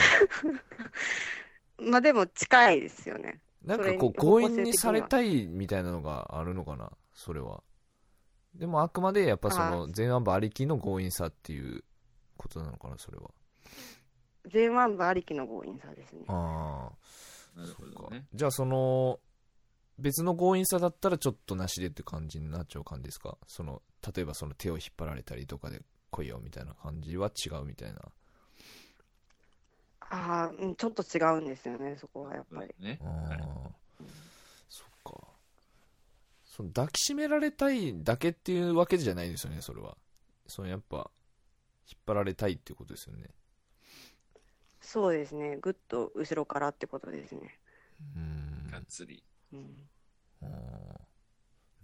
[SPEAKER 3] まあでも近いですよね。
[SPEAKER 1] なんかこう、
[SPEAKER 3] そ
[SPEAKER 1] 強
[SPEAKER 3] れ
[SPEAKER 1] 引にされたいみたいなのがあるのかな、それは。でもあくまでやっぱその前腕部ありきの強引さっていうことなのかな、それは。
[SPEAKER 3] 前腕部ありきの強引さですね。
[SPEAKER 1] ああ、
[SPEAKER 2] なるほ
[SPEAKER 1] そ
[SPEAKER 2] ど
[SPEAKER 1] うか
[SPEAKER 2] ね。。
[SPEAKER 1] じゃあその、別の強引さだったらちょっとなしでって感じになっちゃう感じですかその、例えばその手を引っ張られたりとかで来いよみたいな感じは違うみたいな。
[SPEAKER 3] ああ、うんちょっと違うんですよね。そこはやっぱり。
[SPEAKER 2] ね
[SPEAKER 1] あ。あ、そっか。その抱きしめられたいだけっていうわけじゃないんですよね、それは。そのやっぱ、引っ張られたいっていうことですよね。
[SPEAKER 3] そうですね。ぐっと後ろからってことですね。
[SPEAKER 1] うー
[SPEAKER 2] がっ
[SPEAKER 1] ん。
[SPEAKER 2] つり。
[SPEAKER 3] うん
[SPEAKER 1] あー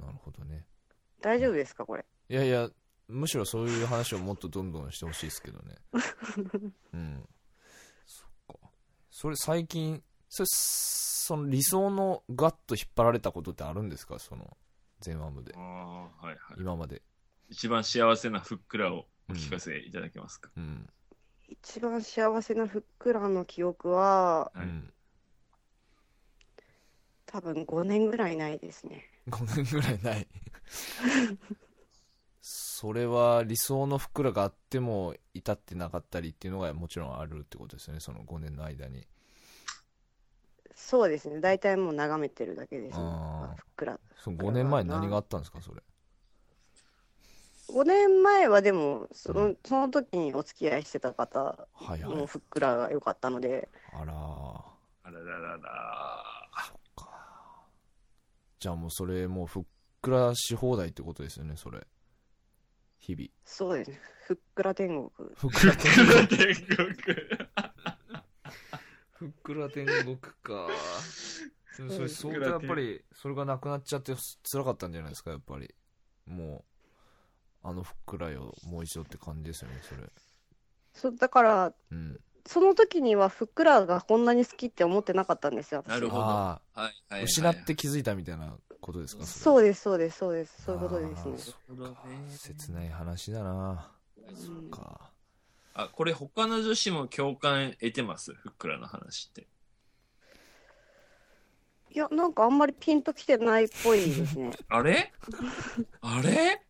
[SPEAKER 1] なるほどね。
[SPEAKER 3] 大丈夫ですかこれ。
[SPEAKER 1] いやいや、むしろそういう話をもっとどんどんしてほしいですけど (laughs) ね。うん。そっか。それ最近、それその理想のガッと引っ張られたことってあるんですかその前腕部で
[SPEAKER 2] あ。あ、はいはい。
[SPEAKER 1] 今まで。
[SPEAKER 2] 一番幸せなふっくらをお聞かせいただけますか。
[SPEAKER 1] うん。
[SPEAKER 3] 一番幸せなふっくらの記憶は、
[SPEAKER 1] う
[SPEAKER 2] はい
[SPEAKER 1] ん。
[SPEAKER 3] 多分5年ぐらいないですね。
[SPEAKER 1] 5年ぐらいないそれは理想のふっくらがあっても至ってなかったりっていうのがもちろんあるってことですよねその5年の間に
[SPEAKER 3] そうですね。大体もう眺めてるだけですね。
[SPEAKER 1] あー
[SPEAKER 3] ふっくら。
[SPEAKER 1] その5年前何があったんですかそれ
[SPEAKER 3] 5年前はでも、そうのその時にお付き合いしてた方
[SPEAKER 1] はいは
[SPEAKER 3] の
[SPEAKER 1] い
[SPEAKER 3] ふっくらが良かったので、
[SPEAKER 1] あらー
[SPEAKER 2] あらららら。
[SPEAKER 1] じゃあもうそれもうふっくらし放題ってことですよねそれ日々
[SPEAKER 3] そうですね。ふっくら天国。
[SPEAKER 1] ふっ
[SPEAKER 2] ふっ
[SPEAKER 1] (laughs)
[SPEAKER 2] くら天国。
[SPEAKER 1] ふっくら天国
[SPEAKER 3] (laughs)
[SPEAKER 1] かでもそれ
[SPEAKER 2] そ
[SPEAKER 1] 相
[SPEAKER 2] う
[SPEAKER 1] 当やっぱりそれがなくなっちゃって辛かったんじゃないですかやっぱりもうあのふっくらよもう一度って感じですよねそれ
[SPEAKER 3] そだから、
[SPEAKER 1] うん
[SPEAKER 3] その時にはふっくらがこんなに好きって思ってなかったんですよ。私
[SPEAKER 2] なるほど
[SPEAKER 1] あ
[SPEAKER 2] はいは
[SPEAKER 1] あ
[SPEAKER 2] い。
[SPEAKER 1] 失って気づいたみたいなことですか
[SPEAKER 3] そううです、そうです、そうです。そういうことですね。
[SPEAKER 1] ね切ない話だなそっか
[SPEAKER 2] あ、これ他の女子も共感得てますふっくらの話って。
[SPEAKER 3] いや、なんかあんまりピンときてないっぽいですね。
[SPEAKER 2] あ
[SPEAKER 3] (laughs)
[SPEAKER 2] れあれ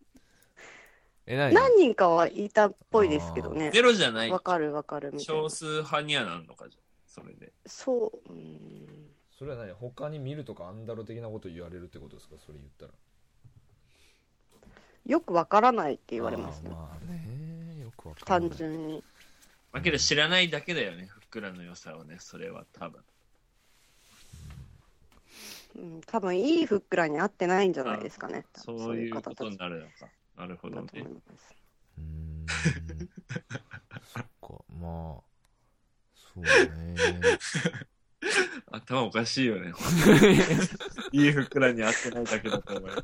[SPEAKER 1] え何
[SPEAKER 3] 何人かはいたっぽいですけどね。
[SPEAKER 2] ゼロじゃない
[SPEAKER 3] わ。かるわかるみたいな
[SPEAKER 2] 少。数派にはなんのかじゃ。それで。
[SPEAKER 3] そう。うん
[SPEAKER 1] それは何他に見るとかアンダロ的なこと言われるってことですかそれ言ったら
[SPEAKER 3] よくわからないって言われます
[SPEAKER 1] あー
[SPEAKER 3] ね。
[SPEAKER 1] まあねよくわかんない
[SPEAKER 3] 単純に。
[SPEAKER 2] だけど知らないだけだよね。ふっくらの良さをね。それは多分。
[SPEAKER 3] うん、多分いいふっくらに合ってないんじゃないですかね。
[SPEAKER 2] そういうこ
[SPEAKER 3] た
[SPEAKER 2] と
[SPEAKER 3] ち
[SPEAKER 2] になるのか。なるほど
[SPEAKER 3] だと思
[SPEAKER 2] ね
[SPEAKER 3] い。ます。
[SPEAKER 1] うーん (laughs) そっか、まあ、そうね。
[SPEAKER 2] 頭おかしいよ
[SPEAKER 3] (laughs)
[SPEAKER 2] ね。 (laughs) いいふっくらに合ってないだけだと思いま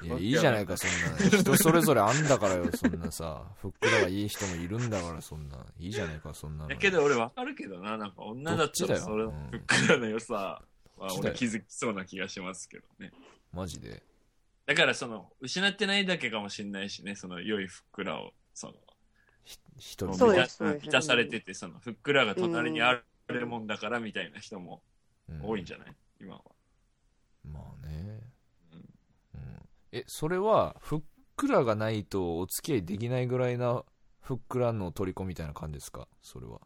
[SPEAKER 2] す。
[SPEAKER 1] いや、いいじゃないか、そんな。人それぞれあんだからよ、そんなさ。ふっくらがいい人もいるんだから、そんな。いいじゃないか、そんなの。
[SPEAKER 2] だけど俺わかるけどな。なんか女だっ
[SPEAKER 1] ど
[SPEAKER 2] た
[SPEAKER 1] っち
[SPEAKER 2] ら
[SPEAKER 1] だよ
[SPEAKER 2] それ
[SPEAKER 1] うん
[SPEAKER 2] ふっくらの良さ
[SPEAKER 1] どっ
[SPEAKER 2] は
[SPEAKER 1] ちだ
[SPEAKER 2] 俺
[SPEAKER 1] よ
[SPEAKER 2] 気づきそうな気がしますけどね。
[SPEAKER 1] マジで。
[SPEAKER 2] だからその、失ってないだけかもしれないしね、その良いふっくらを、その、
[SPEAKER 1] ひ一人
[SPEAKER 3] そう
[SPEAKER 2] 満
[SPEAKER 3] で
[SPEAKER 2] た
[SPEAKER 3] すそうです
[SPEAKER 2] 満たされてて、その、ふっくらが隣にあるもんだからみたいな人も多いんじ
[SPEAKER 1] ゃ、
[SPEAKER 2] ゃない、今は。
[SPEAKER 1] うんまあね。
[SPEAKER 2] うん
[SPEAKER 1] うん。え、それは、ふっくらがないとお付き合いできないぐらいなふっくらの虜みたいな感じですかそれは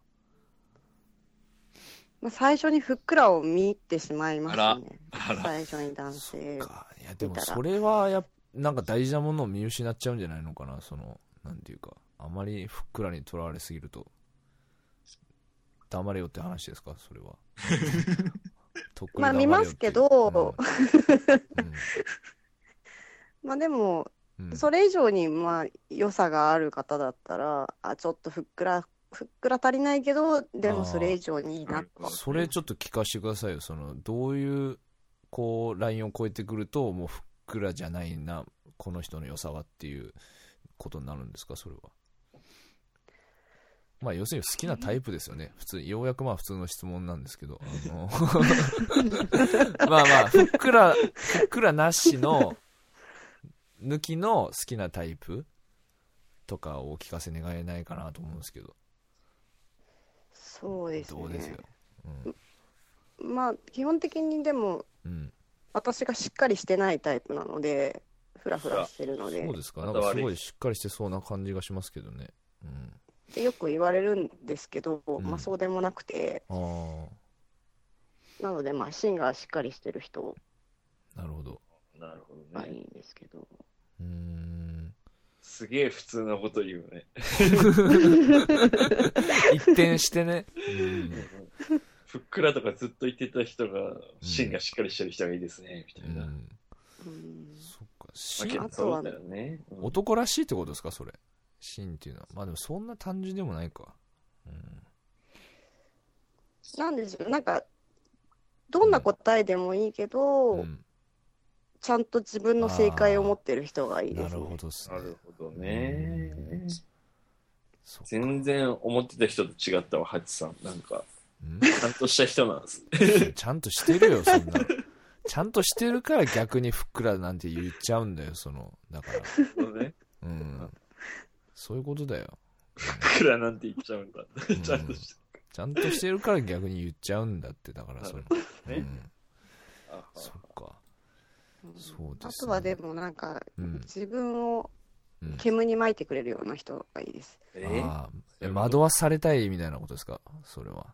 [SPEAKER 3] まあ、最初にふっくらを見てしまいますよね。
[SPEAKER 2] あら、
[SPEAKER 3] 最初に男性。
[SPEAKER 1] そっかいやでもそれはやっなんか大事なものを見失っちゃうんじゃないのかなそのなんていうかあまりふっくらにとらわれすぎると黙れよって話ですかそれ
[SPEAKER 3] (laughs)
[SPEAKER 1] はとっくに
[SPEAKER 3] ま
[SPEAKER 1] 黙れよっ
[SPEAKER 3] あ
[SPEAKER 1] て
[SPEAKER 3] 見ますけど
[SPEAKER 1] うん
[SPEAKER 3] まあでも、
[SPEAKER 1] うんうん
[SPEAKER 3] (laughs) それ以上にまあ良さがある方だったら、あ、ちょっとふっくら、ふっくら足りないけど、で
[SPEAKER 1] あー
[SPEAKER 3] もそれ以上にいいな。
[SPEAKER 1] それちょっと聞かせてくださいよそのどういうこうラインを越えてくるともうふっくらじゃないなこの人の良さはっていうことになるんですかそれはまあ要するに好きなタイプですよね普通ようやくまあ普通の質問なんですけどあの (laughs) まあまあふっくらふっくらなしの抜きの好きなタイプとかをお聞かせ願えないかなと思うんですけど
[SPEAKER 3] そうです
[SPEAKER 1] どうです
[SPEAKER 3] ね
[SPEAKER 1] よ。うん
[SPEAKER 3] まあ基本的にでも、
[SPEAKER 1] うん
[SPEAKER 3] 私がしっかりしてないタイプなので、ふらふらしてるので
[SPEAKER 1] そう、ですか、なん
[SPEAKER 2] 肌
[SPEAKER 1] かす
[SPEAKER 2] 悪い
[SPEAKER 1] ごいしっかりしてそうな感じがしますけどね。うん、
[SPEAKER 3] ってよく言われるんですけど、
[SPEAKER 1] ん
[SPEAKER 3] まあそうでもなくて、
[SPEAKER 1] あ
[SPEAKER 3] なのでまあ芯がしっかりしてる人
[SPEAKER 1] あ、なるほど。
[SPEAKER 2] なるほど
[SPEAKER 3] が
[SPEAKER 2] ね
[SPEAKER 3] い。いんですけど。
[SPEAKER 1] うーん。
[SPEAKER 2] すげえ普通なこと言う
[SPEAKER 3] (laughs)
[SPEAKER 2] ね。
[SPEAKER 1] 一転してね。うん
[SPEAKER 2] ふっくらとかずっと言ってた人が、芯がしっかりしてる人がいいですね、み
[SPEAKER 1] う
[SPEAKER 2] たいな。ま
[SPEAKER 1] ん。
[SPEAKER 3] うん
[SPEAKER 1] そっか。
[SPEAKER 2] あ、
[SPEAKER 1] 芯
[SPEAKER 2] 結構そうだよね。うん
[SPEAKER 1] 男らしいってことですか、それ。芯っていうのは。まあでもそんな単純でもないか。うん。
[SPEAKER 3] なんでしょう、なんか、どんな答えでもいいけど、
[SPEAKER 1] うん
[SPEAKER 3] ちゃんと自分の正解を持ってる人がいいで
[SPEAKER 1] な
[SPEAKER 3] す
[SPEAKER 1] る
[SPEAKER 3] ね
[SPEAKER 1] ほ。どっす
[SPEAKER 2] な
[SPEAKER 1] ね
[SPEAKER 2] る。ほどね。
[SPEAKER 1] そっか
[SPEAKER 2] 全然思ってた人と違ったわ、ハチさん。なんか、ちゃんとした人なんです。
[SPEAKER 1] うんちゃんとしてるよ、そんなの。ちゃんとしてるから逆にふっくらなんて言っちゃうんだよ、その、だから。
[SPEAKER 2] ね
[SPEAKER 1] うん。そういうことだよ。
[SPEAKER 2] ふっくらなんて言っちゃうんだ。
[SPEAKER 1] ん
[SPEAKER 2] ちゃんとし
[SPEAKER 1] ちゃんとしてるから逆に言っちゃうんだって、だからそれ。
[SPEAKER 2] どね
[SPEAKER 1] うん
[SPEAKER 2] た。あ
[SPEAKER 1] そっか。
[SPEAKER 3] う
[SPEAKER 1] そう
[SPEAKER 3] ん
[SPEAKER 1] ですね
[SPEAKER 3] あとはでもなんか、
[SPEAKER 1] うん
[SPEAKER 3] 自分を
[SPEAKER 1] うん
[SPEAKER 3] 煙に巻いてくれるような人がいいです。
[SPEAKER 2] え
[SPEAKER 1] あーえ惑わされたいみたいなことですかそれは。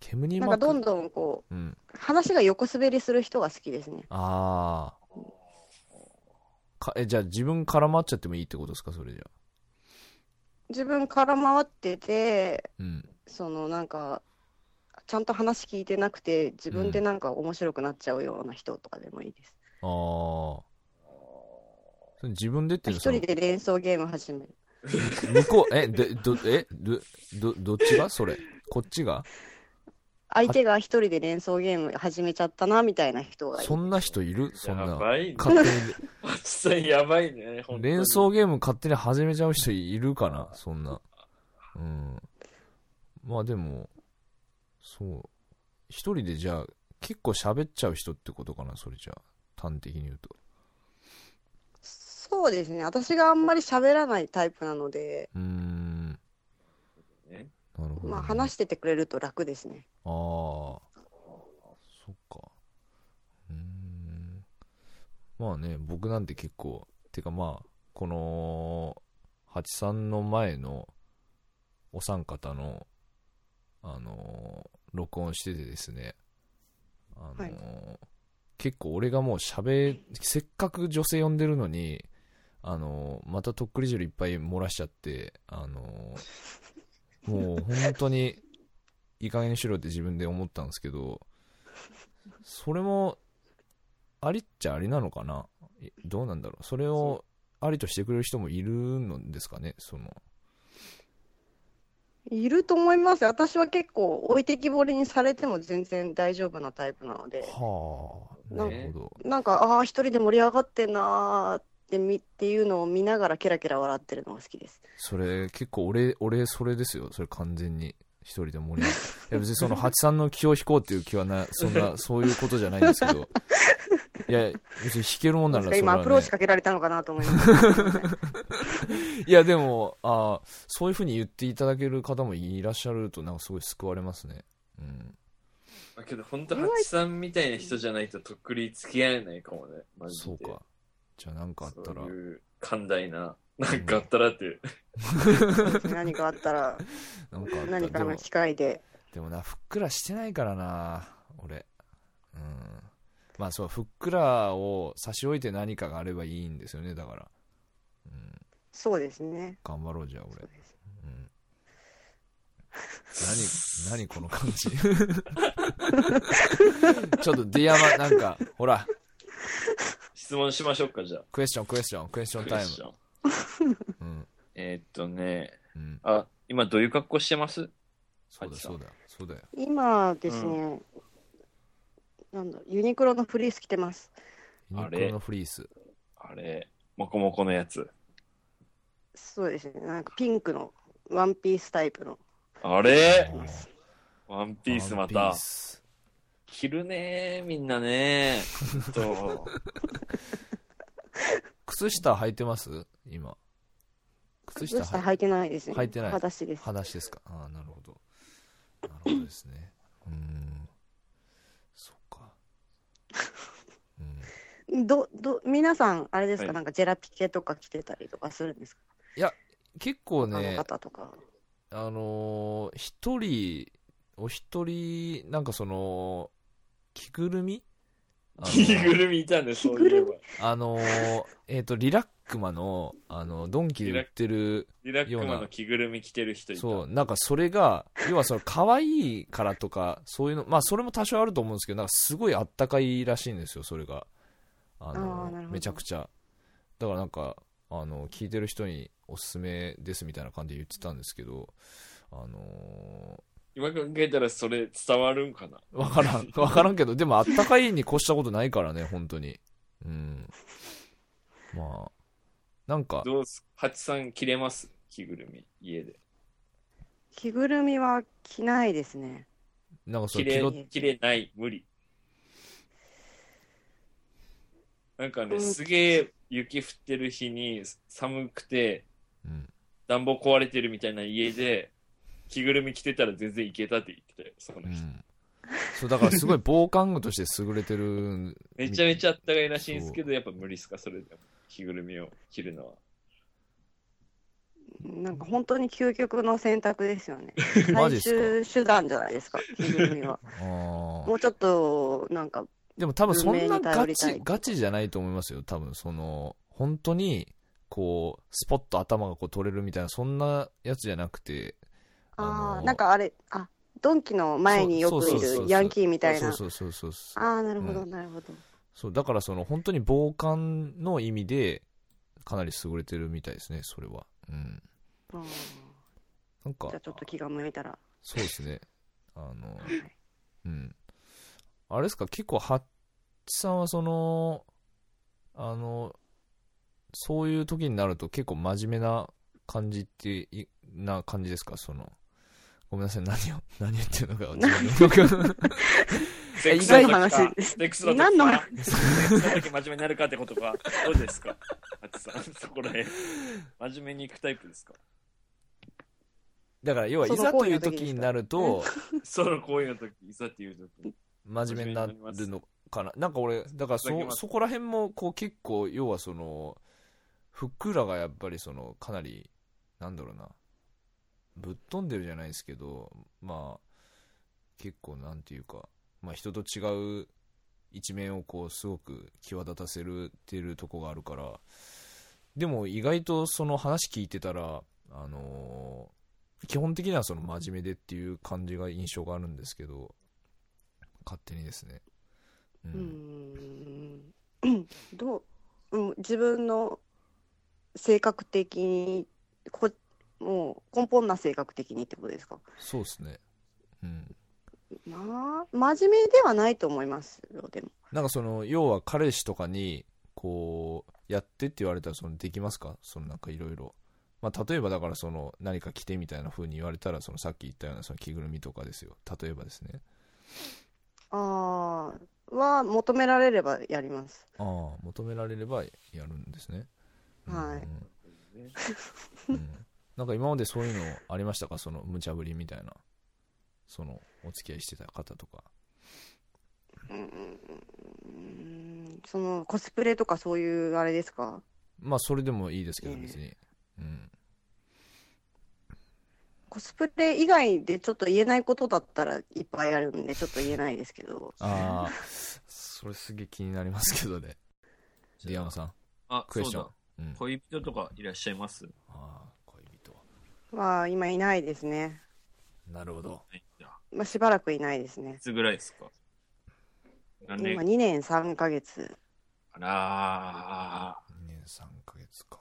[SPEAKER 1] 煙に
[SPEAKER 3] なん
[SPEAKER 1] 巻
[SPEAKER 3] か
[SPEAKER 1] く。
[SPEAKER 3] どんどんこ
[SPEAKER 1] うん。
[SPEAKER 3] う、話が横滑りする人が好きですね。
[SPEAKER 1] ああ。かえ、じゃあ自分絡まっちゃってもいいってことですかそれじゃあ。
[SPEAKER 3] 自分から回ってて、
[SPEAKER 1] うん。
[SPEAKER 3] そのなんか、ちゃんと話聞いてなくて、自分でなんか面白くなっちゃうような人とかでもいいです。
[SPEAKER 1] ああ。それ自分でっていう
[SPEAKER 3] 一
[SPEAKER 1] のは
[SPEAKER 3] 人で連想ゲーム始める。
[SPEAKER 1] その向こう、え、で、ど、え、ど、ど、どっちがそれ。こっちが
[SPEAKER 3] 相手が一人で連想ゲーム始めちゃったなみたいな人がい
[SPEAKER 1] そんな人いるそん
[SPEAKER 2] や
[SPEAKER 1] な。
[SPEAKER 2] ばいね。ハ
[SPEAKER 1] 勝手に。
[SPEAKER 2] チさんやばいね。本当に
[SPEAKER 1] 連想ゲーム勝手に始めちゃう人いるかなそんな。うん。まあでも、そう。一人でじゃあ、結構喋っちゃう人ってことかなそれじゃあ。端的に言うと。
[SPEAKER 3] そうですね私があんまり喋らないタイプなので、
[SPEAKER 1] うーん。な
[SPEAKER 2] ね
[SPEAKER 1] るほど、ね。
[SPEAKER 3] まあ、話しててくれると楽ですね
[SPEAKER 1] ああ。そっか。うーん。まあね、僕なんて結構、てかまあ、この、八さんの前のお三方の、あのー録音しててですね、あのー
[SPEAKER 3] はい
[SPEAKER 1] 結構俺がもう喋、せっかく女性呼んでるのに、あのーまたとっくり汁いっぱい漏らしちゃって、あのーもう本当に、いい加減にしろって自分で思ったんですけど、それも、ありっちゃありなのかないどうなんだろうそれをありとしてくれる人もいるのですかねその。
[SPEAKER 3] いると思います私は結構置いてきぼりにされても全然大丈夫なタイプなので
[SPEAKER 1] はあ、な
[SPEAKER 3] な
[SPEAKER 1] るほど。
[SPEAKER 3] なんかああー一人で盛り上がってんなーってみっていうのを見ながらケラケラ笑ってるのが好きです
[SPEAKER 1] それ、結構俺、俺、それですよ。それ完全に。一人で盛り上がる。いや別にその、八さんの気を引こうっていう気はな、そんな、そういうことじゃないんですけど。いや、別に引けるもんならそ
[SPEAKER 3] なんか
[SPEAKER 1] れ
[SPEAKER 3] 今
[SPEAKER 1] は、
[SPEAKER 3] ア
[SPEAKER 1] ね。
[SPEAKER 3] プローチかけられたのかなと思います (laughs)
[SPEAKER 1] いや、でも、あーそういうふうに言っていただける方もいらっしゃると、なんかすごい救われますね。うん。
[SPEAKER 2] だけど本当ハチさんみたいな人じゃないととっくり付き合えないかもね。マジで
[SPEAKER 1] そうか。じゃあなんかあったら
[SPEAKER 2] そういう寛大な、なんかあったらって、
[SPEAKER 3] 何かあったら、
[SPEAKER 1] なんかあったら
[SPEAKER 3] 何
[SPEAKER 1] で
[SPEAKER 3] か
[SPEAKER 1] も
[SPEAKER 3] の機会で。
[SPEAKER 1] でもなふっくらしてないからな俺うんまあそうふっくらを差し置いて何かがあればいいんですよねだから、うん、
[SPEAKER 3] そうですね。
[SPEAKER 1] 頑張ろうじゃあ
[SPEAKER 3] そう
[SPEAKER 1] 俺、
[SPEAKER 3] です
[SPEAKER 1] うん、何何この感じ (laughs) ちょっとディアマなんかほら
[SPEAKER 2] 質問しましょうか、じゃあ。
[SPEAKER 1] クエスチョンクエスチョンクエスチョン
[SPEAKER 2] ク
[SPEAKER 1] タ
[SPEAKER 2] エ
[SPEAKER 1] イ
[SPEAKER 2] スチョン
[SPEAKER 1] ムうん
[SPEAKER 2] えーっとね、
[SPEAKER 1] うん
[SPEAKER 2] あ、今どういう格好してます
[SPEAKER 1] そうだ
[SPEAKER 2] ハチさ
[SPEAKER 1] そ
[SPEAKER 2] ん
[SPEAKER 1] うだそうだよ
[SPEAKER 3] 今ですね、なんだ、ユニクロのフリース着てます。
[SPEAKER 1] ユ
[SPEAKER 2] あ
[SPEAKER 1] ニ
[SPEAKER 2] れ
[SPEAKER 1] クロのフリース
[SPEAKER 2] あれ、もこもこのやつ。
[SPEAKER 3] そうですね。なんかピンクのワンピースタイプの
[SPEAKER 2] あ
[SPEAKER 1] う
[SPEAKER 2] れ
[SPEAKER 1] ん
[SPEAKER 2] ワンピースま
[SPEAKER 1] ワン
[SPEAKER 2] た
[SPEAKER 1] ピー。ス
[SPEAKER 2] 着るねー、みんなねー。と、
[SPEAKER 1] 靴下履いてます今靴下
[SPEAKER 3] 靴下
[SPEAKER 1] 履い
[SPEAKER 3] 履いてないですね。
[SPEAKER 1] 履いてない
[SPEAKER 3] 裸足です。
[SPEAKER 1] 話ですかああなるほどなるほどですねうーんそっかうん
[SPEAKER 3] ど、ど、皆さん、あれですか、
[SPEAKER 2] はい
[SPEAKER 3] なんかジェラピケとか着てたりとかするんですか、
[SPEAKER 1] 結構
[SPEAKER 3] あの
[SPEAKER 1] ね
[SPEAKER 3] 方とか。
[SPEAKER 1] あのー一人お一人なんかその着ぐるみ (laughs) あの
[SPEAKER 2] 着ぐるみいたね、そういえば。
[SPEAKER 1] あのーえっ、とリラックマのあのドンキで売ってる
[SPEAKER 2] リラック
[SPEAKER 1] よ
[SPEAKER 2] マ
[SPEAKER 1] うな
[SPEAKER 2] の着ぐるみ着てる人いた。
[SPEAKER 1] そうなんかそれが要はその可愛いからとかそういうのまあそれも多少あると思うんですけどなんかすごいあったかいらしいんですよそれがあの
[SPEAKER 3] あーなるほど
[SPEAKER 1] めちゃくちゃだからなんかあの聞いてる人におすすめですみたいな感じで言ってたんですけどあの
[SPEAKER 2] 今考えたらそれ伝わるんかな
[SPEAKER 1] ー、わから
[SPEAKER 2] (laughs)
[SPEAKER 1] んわからんけどでもあったかいに越したことないからね本当にうんまあなんか
[SPEAKER 2] どうす、ハチさん着れます着ぐるみ、家で。
[SPEAKER 3] 着ぐるみは着ないですね。
[SPEAKER 1] なんかそ
[SPEAKER 2] 着
[SPEAKER 1] れ気取っ
[SPEAKER 2] れ、着れない、無理。なんか
[SPEAKER 3] う
[SPEAKER 2] ね、
[SPEAKER 3] ん
[SPEAKER 2] すげえ雪降ってる日に寒くて、
[SPEAKER 1] うん
[SPEAKER 2] 暖房壊れてるみたいな家で、着ぐるみ着てたら全然いけたって言ってたよ、その
[SPEAKER 1] う
[SPEAKER 2] 人。
[SPEAKER 1] ん (laughs) そうだからすごい防寒具として優れてるん
[SPEAKER 2] めちゃめちゃあったかいらしいんですけど、やっぱ無理っすか、それでも。着ぐるみを着るのは。
[SPEAKER 3] なんか本当に究極の選択ですよね。
[SPEAKER 1] (laughs) マジっすか
[SPEAKER 3] 最終手段じゃないですか、着ぐるみは。
[SPEAKER 1] (laughs) あ
[SPEAKER 3] もうちょっと、なんか、
[SPEAKER 1] でも多分そんな
[SPEAKER 3] 運命に
[SPEAKER 1] ガ
[SPEAKER 3] 頼りたい
[SPEAKER 1] チ、ガチじゃないと思いますよ。多分その、本当に、こう、スポッと頭がこう取れるみたいな、そんなやつじゃなくて、あ
[SPEAKER 3] あ
[SPEAKER 1] の
[SPEAKER 3] あ、なんかあれ、あ、ドンキの前によく
[SPEAKER 1] そうそ
[SPEAKER 3] い
[SPEAKER 1] うそうそう
[SPEAKER 3] るヤンキーみたい
[SPEAKER 1] そ
[SPEAKER 3] な
[SPEAKER 1] う。そうそうそうそう。
[SPEAKER 3] ああ、なるほ
[SPEAKER 1] う
[SPEAKER 3] ど、なるほど。
[SPEAKER 1] そう、だからその本当に防寒の意味で、かなり優れてるみたいですね、それは。うん。
[SPEAKER 3] うん
[SPEAKER 1] なんか
[SPEAKER 3] じゃあ、ちょっと気が向いたら。
[SPEAKER 1] そうですね。あの、
[SPEAKER 3] はい
[SPEAKER 1] うん。あれですか、結構、ハッチさんはその、あの、そういう時になると結構真面目な感じってい、な感じですかその、ごめんなさい、何を、何言ってるのか、自分の
[SPEAKER 3] (laughs)
[SPEAKER 2] セ
[SPEAKER 3] 意外な
[SPEAKER 2] の時か
[SPEAKER 3] 話です
[SPEAKER 2] セックスの時
[SPEAKER 3] 何の
[SPEAKER 2] かセックスの時真面目になるかってことか。どうですかハチさん、そこらへん。真面目に行くタイプですか
[SPEAKER 1] だから、要はい
[SPEAKER 3] その
[SPEAKER 1] ざという
[SPEAKER 3] 行為の時です
[SPEAKER 1] 時
[SPEAKER 3] か
[SPEAKER 1] になると、
[SPEAKER 2] その行為の時、いざっていう時。
[SPEAKER 1] 真面目になるのかな。なんか俺、だから
[SPEAKER 2] いただき
[SPEAKER 1] そ、
[SPEAKER 2] ます
[SPEAKER 1] そこら辺も、こう結構、要はその、ふっくらがやっぱりその、かなり、なんだろうな、ぶっ飛んでるじゃないですけど、まあ、結構なんていうか、まあ人と違う一面をこう、すごく際立たせるっていうとこがあるから、でも意外とその話聞いてたら、あのー基本的にはその真面目でっていう感じが印象があるんですけど、勝手にですね。う
[SPEAKER 3] うーん。どう、うん、自分の性格的に、こ、もう根本な性格的にってことですか。
[SPEAKER 1] そうですね。うん。
[SPEAKER 3] まあ、真面目ではないと思いますよ、でも。
[SPEAKER 1] なんかその、要は彼氏とかに、こう、やってって言われたら、その、できますかそのなんかいろいろ。まあ、例えばだからその、何か着てみたいな風に言われたら、その、さっき言ったような、その着ぐるみとかですよ。例えばですね。
[SPEAKER 3] ああ、は求められればやります。
[SPEAKER 1] ああ、求められればやるんですね。
[SPEAKER 3] はい
[SPEAKER 1] うん。うんなんか今までそういうのありましたかその、無茶ぶりみたいな。その、お付き合いしてた方とか。
[SPEAKER 3] うーんそのコスプレとかそういうあれですか
[SPEAKER 1] まあそれでもいいですけど
[SPEAKER 3] ええ
[SPEAKER 1] 別に、うん、
[SPEAKER 3] コスプレ以外でちょっと言えないことだったらいっぱいあるんでちょっと言えないですけど
[SPEAKER 1] ああそれすげえ気になりますけど
[SPEAKER 3] (laughs)
[SPEAKER 1] ねディアマさん
[SPEAKER 2] あ、
[SPEAKER 1] クエスチ
[SPEAKER 2] そ
[SPEAKER 1] ョ
[SPEAKER 2] う
[SPEAKER 1] ン
[SPEAKER 2] だ。
[SPEAKER 1] うん、
[SPEAKER 2] 恋人とかいらっしゃいます
[SPEAKER 1] ああ恋人
[SPEAKER 3] まあ今いないですね、
[SPEAKER 1] なるほど
[SPEAKER 2] ないんだい
[SPEAKER 3] まあ、しばらくいないですね
[SPEAKER 2] つぐらいですか何
[SPEAKER 3] 今
[SPEAKER 2] 年
[SPEAKER 3] 2年3ヶ月
[SPEAKER 2] あら
[SPEAKER 1] 2年3ヶ月か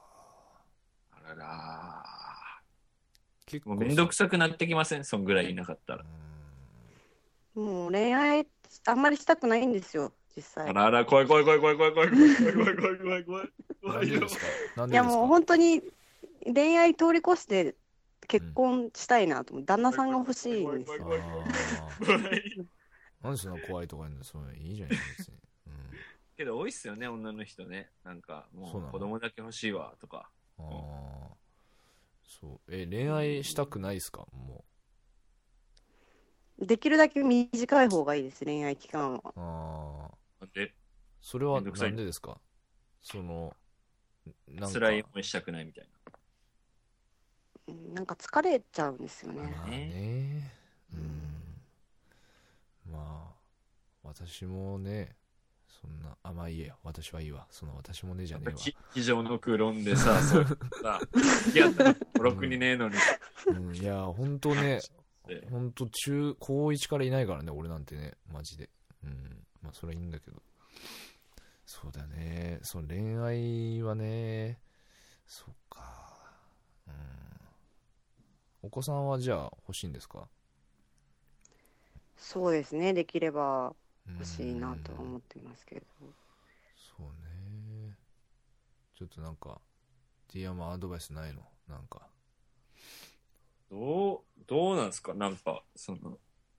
[SPEAKER 2] ー。あらら
[SPEAKER 1] 結
[SPEAKER 2] ー。もうめんどくさくなってきませんそんぐらいいなかった
[SPEAKER 1] う
[SPEAKER 2] ら。
[SPEAKER 1] ん
[SPEAKER 3] もう恋愛あんまりしたくないんですよ実
[SPEAKER 2] あ
[SPEAKER 3] 際
[SPEAKER 2] らあら、怖い怖い怖い怖い怖い怖い怖い怖い怖い怖い怖い怖い怖
[SPEAKER 1] 何
[SPEAKER 2] い
[SPEAKER 1] で
[SPEAKER 2] よ
[SPEAKER 1] ですか何
[SPEAKER 3] い
[SPEAKER 1] でで
[SPEAKER 3] や
[SPEAKER 1] すか
[SPEAKER 3] もう本当に恋愛通り越して結婚したいなと思う、旦那さんが欲しいんですよ
[SPEAKER 1] あ
[SPEAKER 2] 怖い
[SPEAKER 1] ー
[SPEAKER 2] 怖い。
[SPEAKER 1] なんでそんな怖いとか言うんだそういいじゃない別に、
[SPEAKER 2] けど多いっすよね、女の人ね。なんか、も
[SPEAKER 1] そうな
[SPEAKER 2] う
[SPEAKER 1] の
[SPEAKER 2] 子供だけ欲しいわ、とか。
[SPEAKER 1] うん、ああそうえ恋愛したくないですかも
[SPEAKER 3] できるだけ短い方がいいです恋愛期間は
[SPEAKER 1] うああ
[SPEAKER 2] で、
[SPEAKER 1] それは
[SPEAKER 2] めんどくさい
[SPEAKER 1] なんでですかそのなんか
[SPEAKER 2] 辛い思いしたくないみたい
[SPEAKER 3] うんなんか疲れちゃうんですよ
[SPEAKER 1] ま
[SPEAKER 3] ね
[SPEAKER 1] あねうんまあ私もねそんなあまあいいや私はいいわその私もねじゃね
[SPEAKER 2] な。
[SPEAKER 1] えわ
[SPEAKER 2] き机上の空論でさ、そうさ、付き合ったの、ろくにねえのに。
[SPEAKER 1] うん、いや本当ね
[SPEAKER 2] で
[SPEAKER 1] 本当中高1からいないからね俺なんてねマジでうんまあそれはいいんだけどそうだねその恋愛はねそっかうんお子さんはじゃあ欲しいんですか
[SPEAKER 3] そうですねできれば
[SPEAKER 1] うん
[SPEAKER 3] 欲しいなとは思ってますけど、
[SPEAKER 1] そうねちょっとなんかディアマアドバイスないのなんか
[SPEAKER 2] どう、どうなんですかなんか、その、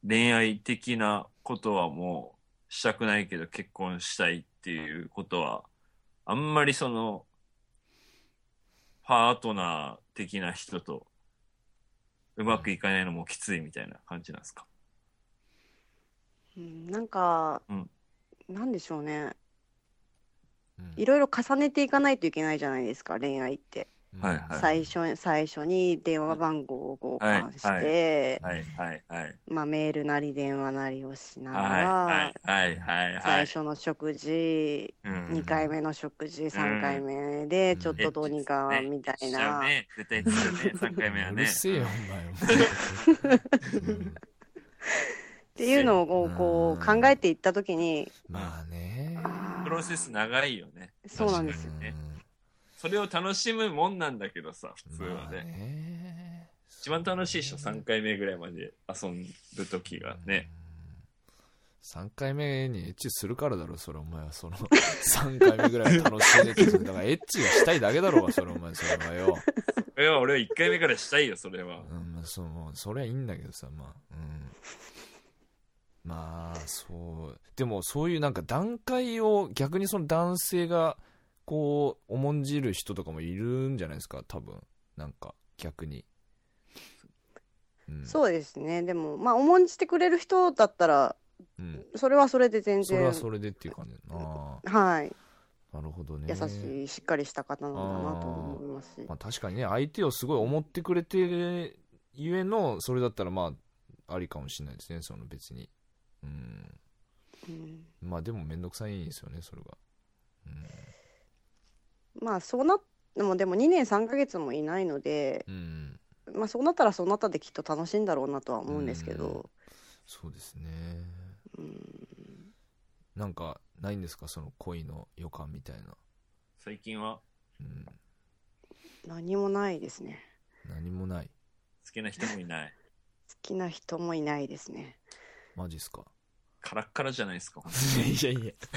[SPEAKER 2] 恋愛的なことはもうしたくないけど結婚したいっていうことは、あんまりその、パートナー的な人とうまくいかないのもきついみたいな感じなんですか、
[SPEAKER 3] うん、なんか、
[SPEAKER 2] うん
[SPEAKER 3] なんでしょうね
[SPEAKER 1] うん
[SPEAKER 3] いろいろ重ねていかないといけないじゃないですか恋愛って、
[SPEAKER 2] はいはい
[SPEAKER 3] 最初に最初に電話番号を交換して、
[SPEAKER 2] はいは
[SPEAKER 1] はい
[SPEAKER 2] はいはいはい。
[SPEAKER 3] まあ、メールなり電話なりをしながら、
[SPEAKER 2] はいはいはいは
[SPEAKER 3] 最
[SPEAKER 2] い。
[SPEAKER 3] 初の食事、
[SPEAKER 2] うん
[SPEAKER 3] 二2回目の食事、3回目でちょっとどうにかみたい
[SPEAKER 2] しちゃ
[SPEAKER 3] な、
[SPEAKER 2] うね。絶対ですよね。3回
[SPEAKER 3] (laughs)
[SPEAKER 2] 目は
[SPEAKER 1] う
[SPEAKER 2] ね
[SPEAKER 1] る。せえよお前うん
[SPEAKER 3] っていうのをこう
[SPEAKER 1] うん
[SPEAKER 3] 考えていった時に、
[SPEAKER 1] まあね
[SPEAKER 3] あー
[SPEAKER 2] プロセス長いよね。
[SPEAKER 3] そうなんですよ
[SPEAKER 2] よねそれを楽しむもんなんだけどさ、普通はね。
[SPEAKER 1] ね
[SPEAKER 2] 一番楽しいでしょ、3回目ぐらいまで遊ぶときがね。
[SPEAKER 1] 3回目にエッチするからだろそれお前はその3回目ぐらいは楽しんでくるだからエッチがしたいだけだろうがそれお前それはよ、
[SPEAKER 2] それは俺は1回目からしたいよ、それは。
[SPEAKER 1] うん、まあそのそれはいいんだけどさまあうんまあそうでもそういうなんか段階を逆にその男性がこう重んじる人とかもいるんじゃないですか多分なんか逆に、うん、
[SPEAKER 3] そうですねでもまあ重んじてくれる人だったら
[SPEAKER 1] うん、
[SPEAKER 3] それはそれで全
[SPEAKER 1] それ
[SPEAKER 3] 然
[SPEAKER 1] はそれでっていう感じだな
[SPEAKER 3] はい、
[SPEAKER 1] なるほどね
[SPEAKER 3] 優しいしっかりした方なんだなと思いますし
[SPEAKER 1] まあ、確かにね相手をすごい思ってくれてゆえのそれだったらまあありかもしれないですねその別にうん
[SPEAKER 3] うん
[SPEAKER 1] まあでも面倒くさいんですよねそれが、
[SPEAKER 3] まあそうなってもでも2年3ヶ月もいないので、
[SPEAKER 1] うん、うん、
[SPEAKER 3] まあ、そうなったらそうなったできっと楽しいんだろうなとは思うんですけど、
[SPEAKER 1] そうですね
[SPEAKER 3] うん、
[SPEAKER 1] なんかないんですかその恋の予感みたいな、
[SPEAKER 2] 最近は
[SPEAKER 1] うん、
[SPEAKER 3] 何もないですね
[SPEAKER 1] 何もない
[SPEAKER 2] 好きな人もいない。
[SPEAKER 3] 好きな人もいないで
[SPEAKER 2] (laughs)
[SPEAKER 3] すね
[SPEAKER 1] マジっすか
[SPEAKER 2] カラッカラじゃないですか、ほんと
[SPEAKER 1] (laughs) いやいや (laughs)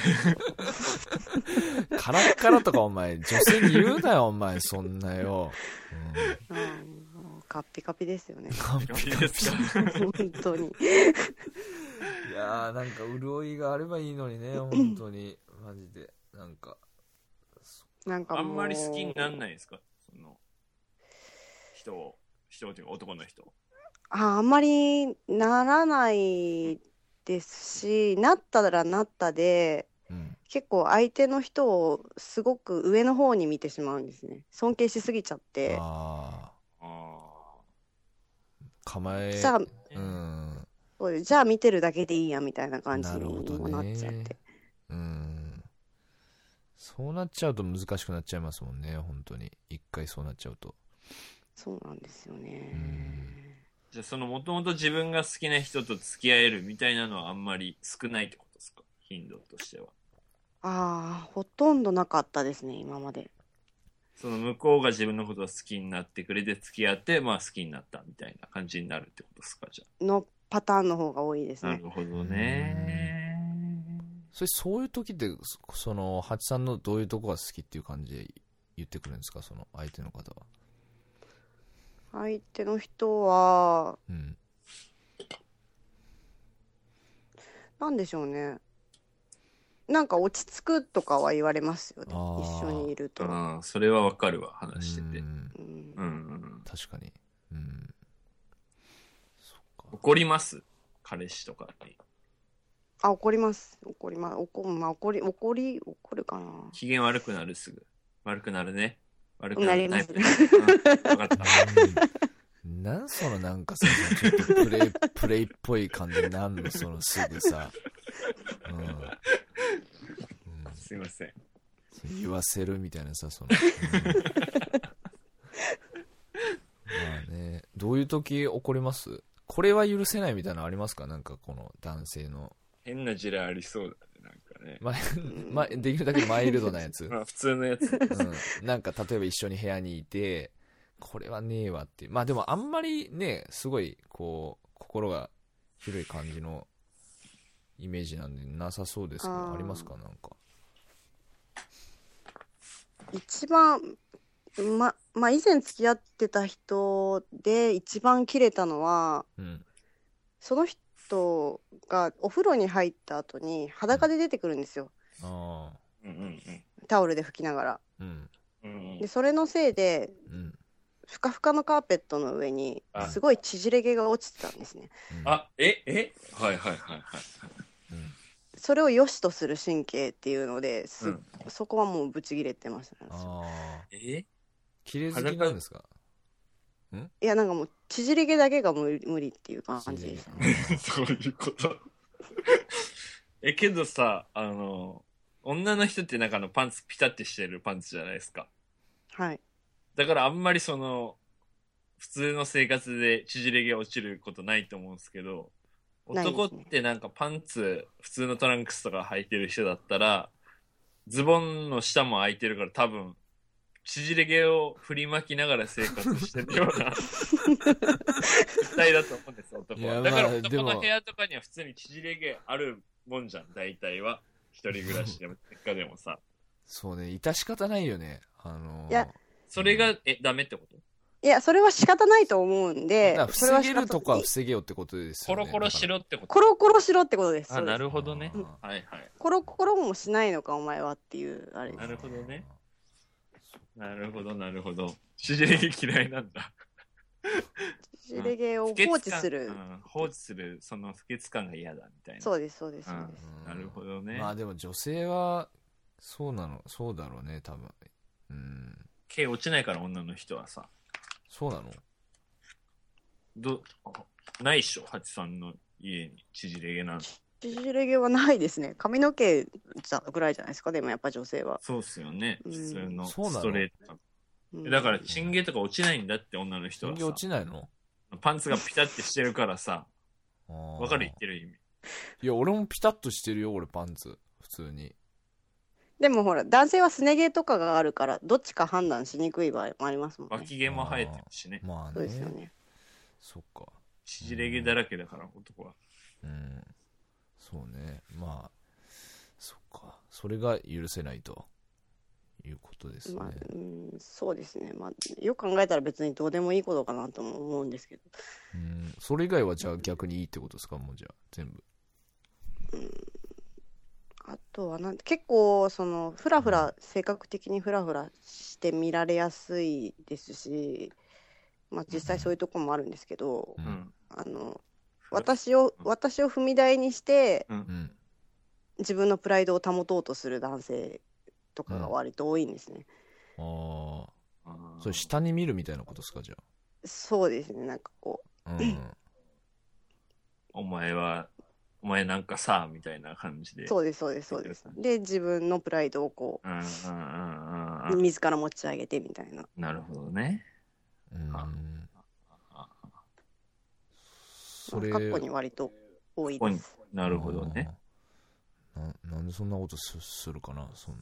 [SPEAKER 1] カラッカラとかお前女性に言うなよお前そんなよ、うん
[SPEAKER 3] うんもうカッピカピですよ
[SPEAKER 2] (laughs)
[SPEAKER 3] ね
[SPEAKER 2] にいいですか
[SPEAKER 3] 本当に
[SPEAKER 1] いやーなんか潤いがあればいいのにね本当にマジでなんか
[SPEAKER 3] なんかも
[SPEAKER 2] あ
[SPEAKER 3] うん
[SPEAKER 2] まり好きになんないですかその、人を、人というか男の人を。
[SPEAKER 3] ああんまりならないですしなったらなったで
[SPEAKER 1] うん
[SPEAKER 3] 結構相手の人をすごく上の方に見てしまうんですね尊敬しすぎちゃって
[SPEAKER 1] ああ
[SPEAKER 2] あ
[SPEAKER 1] 構え
[SPEAKER 3] じゃあ
[SPEAKER 2] ー
[SPEAKER 1] うん
[SPEAKER 3] そうじゃあ見てるだけでいいやみたいな感じ
[SPEAKER 1] なるほど
[SPEAKER 3] にも
[SPEAKER 1] ね
[SPEAKER 3] なっちゃって
[SPEAKER 1] うんそうなっちゃうと難しくなっちゃいますもんね本当に一回そうなっちゃうと
[SPEAKER 3] そうなんですよ
[SPEAKER 1] う
[SPEAKER 3] ね
[SPEAKER 1] ん
[SPEAKER 2] じゃあそのもともと自分が好きな人と付き合えるみたいなのはあんまり少ないってことですか頻度としては。
[SPEAKER 3] ああほとんどなかったですね今まで
[SPEAKER 2] その向こうが自分のことを好きになってくれて付き合って、まあ好きになったみたいな感じになるってことですかじゃ
[SPEAKER 3] のパターンの方が多いです
[SPEAKER 2] あ。な
[SPEAKER 3] ね
[SPEAKER 2] るほどね。
[SPEAKER 1] それそういう時ってそその八さんのどういうとこが好きっていう感じで言ってくるんですかその相手の方は
[SPEAKER 3] 相手の人は
[SPEAKER 1] うん
[SPEAKER 3] なんでしょうねなんか落ち着くとかは言われますよね
[SPEAKER 1] あー
[SPEAKER 3] 一緒にいると、
[SPEAKER 2] うん、それはわかるわ、話してて
[SPEAKER 1] う。ん
[SPEAKER 3] うん
[SPEAKER 2] うんうん。
[SPEAKER 1] 確かにうんそっか
[SPEAKER 2] 怒ります彼氏とかに。
[SPEAKER 3] あ怒ります怒ります怒,、まあ、怒り怒り怒るかな
[SPEAKER 2] 機嫌悪くなるすぐ。悪くなるね。悪く
[SPEAKER 3] な
[SPEAKER 2] な
[SPEAKER 3] り
[SPEAKER 2] る
[SPEAKER 3] ま
[SPEAKER 2] タイ
[SPEAKER 3] す
[SPEAKER 2] プ
[SPEAKER 3] ね
[SPEAKER 2] ね。うんわかった。 (laughs)
[SPEAKER 1] うんなんそのなんかさ、ちょっとプレイ、プレイっぽい感じなんの、そのすぐさ。うん。うん
[SPEAKER 2] すいません。
[SPEAKER 1] その言わせるみたいなさ、その。うん (laughs) まあね、どういう時怒りますこれは許せないみたいなのありますかなんかこの男性の。
[SPEAKER 2] 変な事例ありそうだね、なんかね。
[SPEAKER 1] まあ、ま、できるだけマイルドなや
[SPEAKER 2] (laughs)
[SPEAKER 1] つ。
[SPEAKER 2] まあ、普通のやつ。
[SPEAKER 1] うん、なんか例えば一緒に部屋にいてこれはねえわってまあでもあんまりねすごいこう心が広い感じのイメージなんでなさそうですけど
[SPEAKER 3] あ
[SPEAKER 1] あ
[SPEAKER 3] ー
[SPEAKER 1] りますかなんか
[SPEAKER 3] 一番ままあ以前付き合ってた人で一番切れたのは
[SPEAKER 1] うん
[SPEAKER 3] その人がお風呂に入った後に裸で出てくるんですよ
[SPEAKER 1] ああ
[SPEAKER 2] うんうん
[SPEAKER 3] タオルで拭きながら
[SPEAKER 1] うん
[SPEAKER 2] うん。
[SPEAKER 3] でそれのせいで
[SPEAKER 1] うん
[SPEAKER 3] ふかふかのカーペットの上に
[SPEAKER 2] あ
[SPEAKER 3] すごい縮れ毛が落ちてたんですね
[SPEAKER 1] うん
[SPEAKER 2] あ、え、えはいはいはいはい。
[SPEAKER 1] うん
[SPEAKER 3] それを良しとする神経っていうのです、
[SPEAKER 2] うん
[SPEAKER 3] そこはもうブチギレてましたね私は
[SPEAKER 1] ああ
[SPEAKER 2] え
[SPEAKER 1] 綺麗好きなんですか
[SPEAKER 3] いやなんかもう縮れ毛だけが無理無理っていう感じでしたね (laughs)
[SPEAKER 2] (laughs) そういうこと。え、けどさ、あの、女の人ってなんかあのパンツピタってしてるパンツじゃないですか。
[SPEAKER 3] はい
[SPEAKER 2] だからあんまりその、普通の生活で縮れ毛落ちることないと思うんですけど、
[SPEAKER 3] ないですね
[SPEAKER 2] 男ってなんかパンツ、普通のトランクスとか履いてる人だったら、ズボンの下も空いてるから多分、縮れ毛を振りまきながら生活してるような (laughs) 一体だと思うんです、男
[SPEAKER 1] いや
[SPEAKER 2] は。だから
[SPEAKER 1] まあで
[SPEAKER 2] 男
[SPEAKER 1] も
[SPEAKER 2] の部屋とかには普通に縮れ毛あるもんじゃん、大体は。一人暮らしでも、実家でもさ。
[SPEAKER 1] そうね致し方ないよねあのー
[SPEAKER 3] いや
[SPEAKER 2] それが、え、ダメってこと
[SPEAKER 3] いやそれは仕方ないと思うんで
[SPEAKER 1] だから
[SPEAKER 3] それは
[SPEAKER 1] 防
[SPEAKER 3] 仕
[SPEAKER 1] げ
[SPEAKER 3] 方
[SPEAKER 1] るとこは防げようってことです
[SPEAKER 2] コ
[SPEAKER 1] よね
[SPEAKER 2] ロコロしろってこと
[SPEAKER 3] コロコロしろってことです
[SPEAKER 2] あ、な
[SPEAKER 3] そうで
[SPEAKER 2] るほどね
[SPEAKER 1] うん。
[SPEAKER 2] はいはい。
[SPEAKER 3] すコロコロもしないのかお前はっていうあれです
[SPEAKER 2] なるほどね
[SPEAKER 1] そっか
[SPEAKER 2] なるほど、なるほど。しじれ毛嫌いなん
[SPEAKER 3] (laughs)
[SPEAKER 2] だ。
[SPEAKER 3] 縮れ毛を
[SPEAKER 2] 不潔
[SPEAKER 3] 放
[SPEAKER 2] 感
[SPEAKER 3] 置する
[SPEAKER 2] うん放置する、その不潔感が嫌だみたいな。
[SPEAKER 3] そうですそうですそううんです
[SPEAKER 1] うん
[SPEAKER 2] なるほどね。
[SPEAKER 1] まあでも女性はそうなのそうだろうね多分うん
[SPEAKER 2] 毛落ちないから女の人はさ。
[SPEAKER 1] そうなの
[SPEAKER 2] ど、ないっしょ、八さんの家に縮れ毛なんて。
[SPEAKER 3] 縮れ毛はないですね髪の毛じゃぐらいじゃないですかでもやっぱ女性は、
[SPEAKER 2] そうっすよね。
[SPEAKER 3] うん
[SPEAKER 2] 普通の
[SPEAKER 1] そうなの
[SPEAKER 2] ストレート。
[SPEAKER 3] うん
[SPEAKER 2] だから、チンゲとか落ちないんだって、女の人
[SPEAKER 1] 人形
[SPEAKER 2] はさ
[SPEAKER 1] 落。ちないの
[SPEAKER 2] パンツがピタってしてるからさ。わ
[SPEAKER 1] わ
[SPEAKER 2] かる言ってる意味。
[SPEAKER 1] いや俺もピタッとしてるよ俺パンツ普通に
[SPEAKER 3] でもほら男性はすね毛とかがあるからどっちか判断しにくい場合もありますもんね
[SPEAKER 2] 脇毛も生えてるしね。
[SPEAKER 1] まあ
[SPEAKER 3] そう
[SPEAKER 1] ね
[SPEAKER 3] ですよね
[SPEAKER 1] そっか
[SPEAKER 2] 縮れ毛だらけだから、男は。
[SPEAKER 1] うんそうねまあそっかそれが許せないということですね、
[SPEAKER 3] まあ、うん、そうですね、まあ、よく考えたら別にどうでもいいことかなとも思うんですけど、
[SPEAKER 1] うんそれ以外はじゃあ逆にいいってことですかもうじゃあ全部
[SPEAKER 3] あとはなん結構そのフラフラ性格的にフラフラして見られやすいですし、まあ、実際そういうとこもあるんですけど
[SPEAKER 1] う、ん
[SPEAKER 2] うん。
[SPEAKER 3] あの私を私を踏み台にして
[SPEAKER 1] うん
[SPEAKER 3] 自分のプライドを保とうとする男性とかが割と多いんですね。
[SPEAKER 1] ああ
[SPEAKER 2] あー
[SPEAKER 1] それ下に見るみたいなことですかじゃ
[SPEAKER 3] そうですね、なんかこ
[SPEAKER 1] あうん
[SPEAKER 2] お前は、お前なんかさ、みたいな感じ
[SPEAKER 3] う、
[SPEAKER 2] で。
[SPEAKER 3] そうです、そうです、そうです。で、自分のプライドをこ
[SPEAKER 2] うんうんうん
[SPEAKER 3] う、
[SPEAKER 2] うんうん。
[SPEAKER 3] 自ら持ち上げてみたいな。
[SPEAKER 2] なるほどね。
[SPEAKER 1] うん
[SPEAKER 2] あ
[SPEAKER 1] それ
[SPEAKER 3] 過去に割と多いです。
[SPEAKER 2] なるほどね。
[SPEAKER 1] ななんでそんなことすするかなそん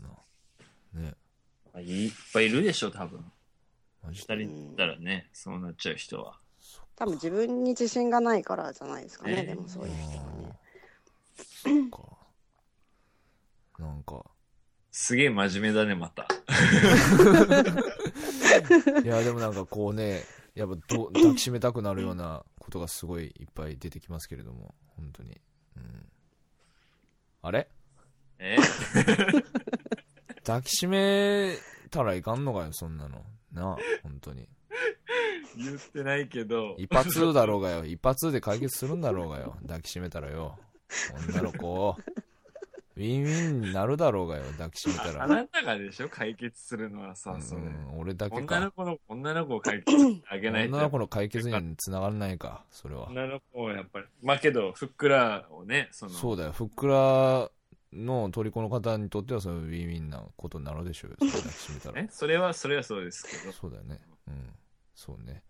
[SPEAKER 1] なね
[SPEAKER 2] いっぱいいるでしょ、多分。
[SPEAKER 1] マジ
[SPEAKER 2] 二人いたらね、そうなっちゃう人は。
[SPEAKER 3] 多分自分に自信がないからじゃないですかね、
[SPEAKER 2] ね
[SPEAKER 3] でもそういう人はね。
[SPEAKER 1] うんそっかなんか
[SPEAKER 2] すげえ真面目だね、また。
[SPEAKER 1] いやでもなんかこうねやっぱど抱きしめたくなるようなことがすごいいっぱい出てきますけれども本当に、うん、あれ
[SPEAKER 2] え
[SPEAKER 1] 抱きしめたらいかんのかよそんなのなあ本当に
[SPEAKER 3] (laughs)
[SPEAKER 2] 言ってないけど。
[SPEAKER 1] 一発だろうがよ一発で解決するんだろうがよ抱きしめたらよ女の子をウィンウィンになるだろうがよ抱きしめた
[SPEAKER 2] あ
[SPEAKER 1] ら、
[SPEAKER 2] なたがでしょ解決するのはさ、それ。
[SPEAKER 1] うん、俺だけ
[SPEAKER 2] 女の
[SPEAKER 1] か
[SPEAKER 2] 子の、女の子を解決してあげない
[SPEAKER 1] 女
[SPEAKER 2] と。
[SPEAKER 1] の子の解決につながらないかそれは
[SPEAKER 2] 女の子はやっぱり。まあけど、ふっくらをね、その、
[SPEAKER 1] そうだよ、ふっくらの虜の方にとってはそのウィンウィンなことになるでしょうよ、それ抱きしめたら
[SPEAKER 2] ね。それは、それはそうですけど。
[SPEAKER 1] そうだよね。うん。そうね。